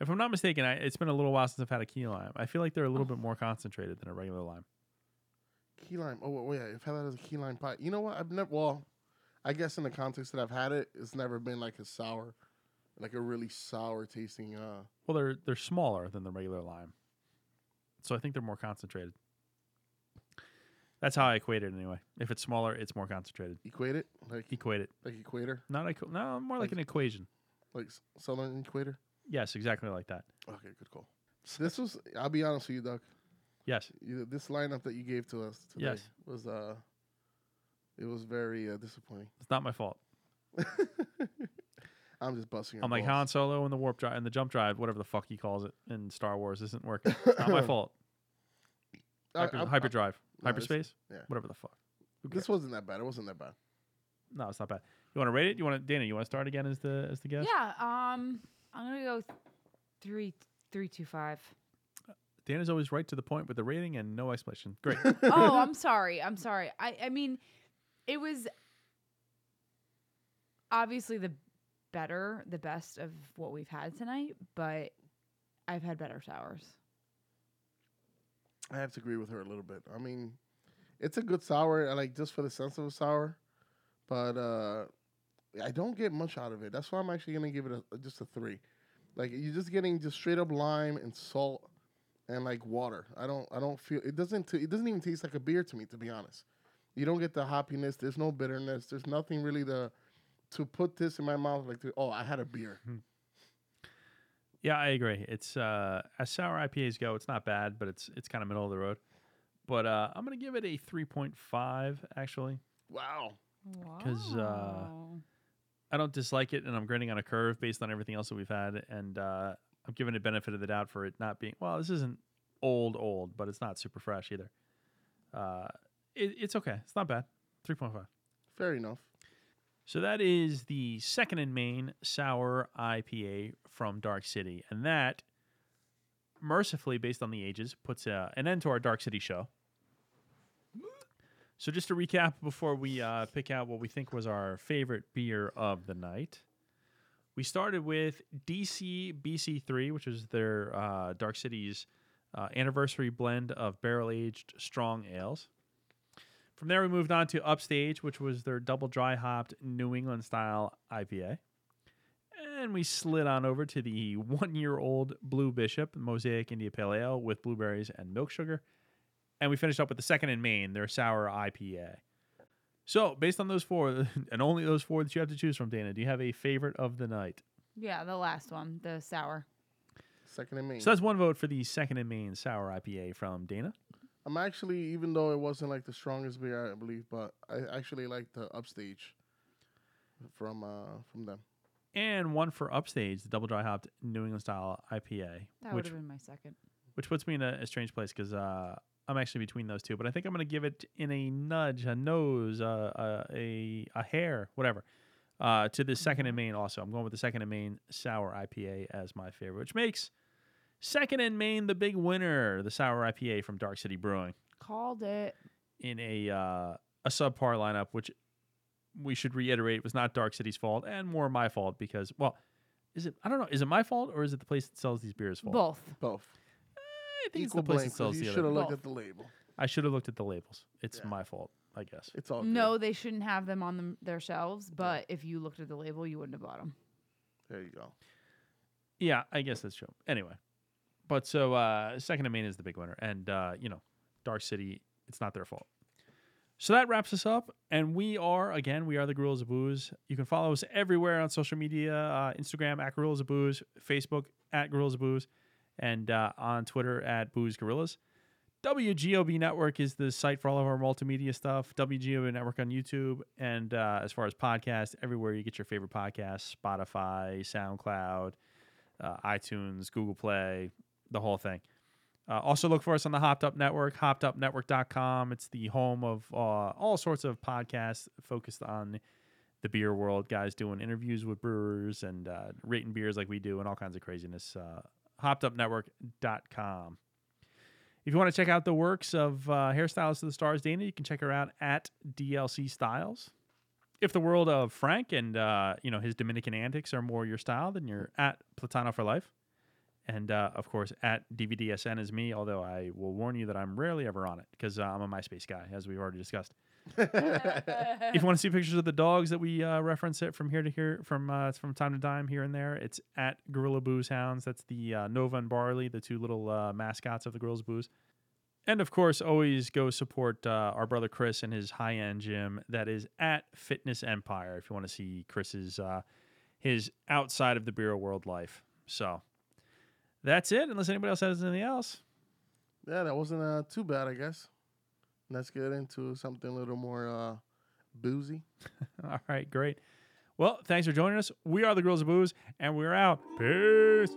If I'm not mistaken, I, it's been a little while since I've had a key lime. I feel like they're a little bit more concentrated than a regular lime.
Key lime. Oh, wait, yeah, I've had that as a key lime pie. You know what? I've never. Well, I guess in the context that I've had it, it's never been like a sour, like a really sour tasting. Uh,
Well, they're they're smaller than the regular lime, so I think they're more concentrated. That's how I equate it anyway. If it's smaller, it's more concentrated.
equate it like
Equate it,
like equator,
not equ- no, more like
Like-
an equation.
like s- southern equator.
Yes, exactly like that.
Okay, good call. This was. I'll be honest with you, Doc.
Yes,
You, this lineup that you gave to us today
Yes.
was uh, it was very uh, disappointing. <laughs>
it's not my fault.
I'm just busting. your
I'm like Han
balls.
Solo and the warp drive and the jump drive, whatever the fuck he calls it in Star Wars, isn't working. It's not
<coughs> <laughs>
my fault.
I-
Hyper,
I- I-
hyperdrive,
no, it's-
hyperspace,
yeah.
whatever the fuck. Who
This
cares?
wasn't that bad. It wasn't that bad.
no, it's not bad. You want to rate it? You want to Dana? You want to start again as the as the guest?
Yeah. Um, I'm gonna go th- three, three, two, five.
Dana's always right to the point with the rating and no explanation.
<laughs>
Great. <laughs>
oh, I'm sorry. I'm sorry. I, I mean, it was obviously the better, the best of what we've had tonight, but I've had better sours.
I have to agree with her a little bit. I mean, it's a good sour, I like just for the sense of a sour, but uh, I don't get much out of it. That's why I'm actually gonna give it a, just a three. Like you're just getting just straight up lime and salt and like water. I don't I don't feel it doesn't t- it doesn't even taste like a beer to me to be honest. You don't get the hoppiness. There's no bitterness. There's nothing really to to put this in my mouth like to, oh I had a beer.
Yeah, I agree. It's uh, as sour IPAs go, it's not bad, but it's it's kind of middle of the road. But uh, I'm gonna give it a 3.5 actually.
Wow.
'Cause, uh,
Wow.
I don't dislike it, and I'm grading on a curve based on everything else that we've had, and uh, I'm giving it benefit of the doubt for it not being well. This isn't old old, but it's not super fresh either. Uh, it, it's okay. It's not bad. 3.5.
Fair enough.
So that is the second in main sour IPA from Dark City, and that mercifully, based on the ages, puts uh, an end to our Dark City show. So just to recap before we uh, pick out what we think was our favorite beer of the night, we started with DC BC3, which is their uh, Dark City's uh, anniversary blend of barrel aged strong ales. From there, we moved on to Upstage, which was their double dry hopped New England style IPA. And we slid on over to the <laughs> one year old Blue Bishop Mosaic India Pale Ale with blueberries and milk sugar. And we finished up with the second in Maine, their sour IPA. So, based on those four, <laughs> and only those four that you have to choose from, Dana, do you have a favorite of the night?
Yeah, the last one, the sour.
Second and main.
So, that's one vote for the second in Maine sour IPA from Dana.
I'm actually, even though it wasn't like the strongest beer, I believe, but I actually like the upstage from uh from them.
And one for Upstage, the double dry hopped New England style IPA,
That would
which
have been my second.
which puts me in a, a strange place because uh, I'm actually between those two. But I think I'm going to give it in a nudge, a nose, uh, a, a a hair, whatever, uh, to the second in Maine. Also, I'm going with the second in Maine sour IPA as my favorite, which makes second in Maine the big winner, the sour IPA from Dark City Brewing
Called it.
in a uh, a subpar lineup, which we should reiterate was not Dark City's fault and more my fault because well. Is it? I don't know. Is it my fault or is it the place that sells these beers' fault?
Both.
Both.
I think it's
Equal
the place
blame.
that
'cause
sells
You
the
should
other.
have looked
Both.
at the label.
I should have looked at the labels. It's
Yeah.
my fault, I guess.
It's all
No,
Good.
they shouldn't have them on them, their shelves, but if you looked at the label, you wouldn't have bought them.
There you go. <laughs>
Yeah, I guess that's true. Anyway, but so uh, second to main is the big winner, and uh, you know, Dark City, it's not their fault. So that wraps us up, and we are again, we are the Gorillas of Booze. You can follow us everywhere on social media: uh, Instagram at Gorillas of Booze, Facebook at Gorillas of Booze, and uh, on Twitter at Booze Gorillas. WGOB Network is the site for all of our multimedia stuff. WGOB Network on YouTube, and uh, as far as podcasts, everywhere you get your favorite podcasts: Spotify, SoundCloud, uh, iTunes, Google Play, the whole thing. Uh, also, look for us on the Hopped Up Network, hoppedupnetwork.com. It's the home of uh, all sorts of podcasts focused on the beer world, guys doing interviews with brewers and uh, rating beers like we do and all kinds of craziness. Uh, hoppedupnetwork.com. If you want to check out the works of uh, Hairstylist of the Stars, Dana, you can check her out at DLC Styles. If the world of Frank and uh, you know his Dominican antics are more your style, then you're at Platano for Life. And uh, of course, at DVDSN is me, although I will warn you that I'm rarely ever on it because uh, I'm a MySpace guy, as we've already discussed.
<laughs>
if you want to see pictures of the dogs that we uh, reference it from here to here, from uh, from time to time, here and there, it's at Gorilla Booze Hounds. That's the uh, Nova and Barley, the two little uh, mascots of the Gorillas Booze. And of course, always go support uh, our brother Chris and his high end gym that is at Fitness Empire if you want to see Chris's uh, his outside of the beer world life. So that's it. Unless anybody else has anything else.
Yeah, that wasn't uh, too bad, I guess. Let's get into something a little more uh, boozy.
All right, great. Well, thanks for joining us. We are the Girls of Booze, and we're out. Peace.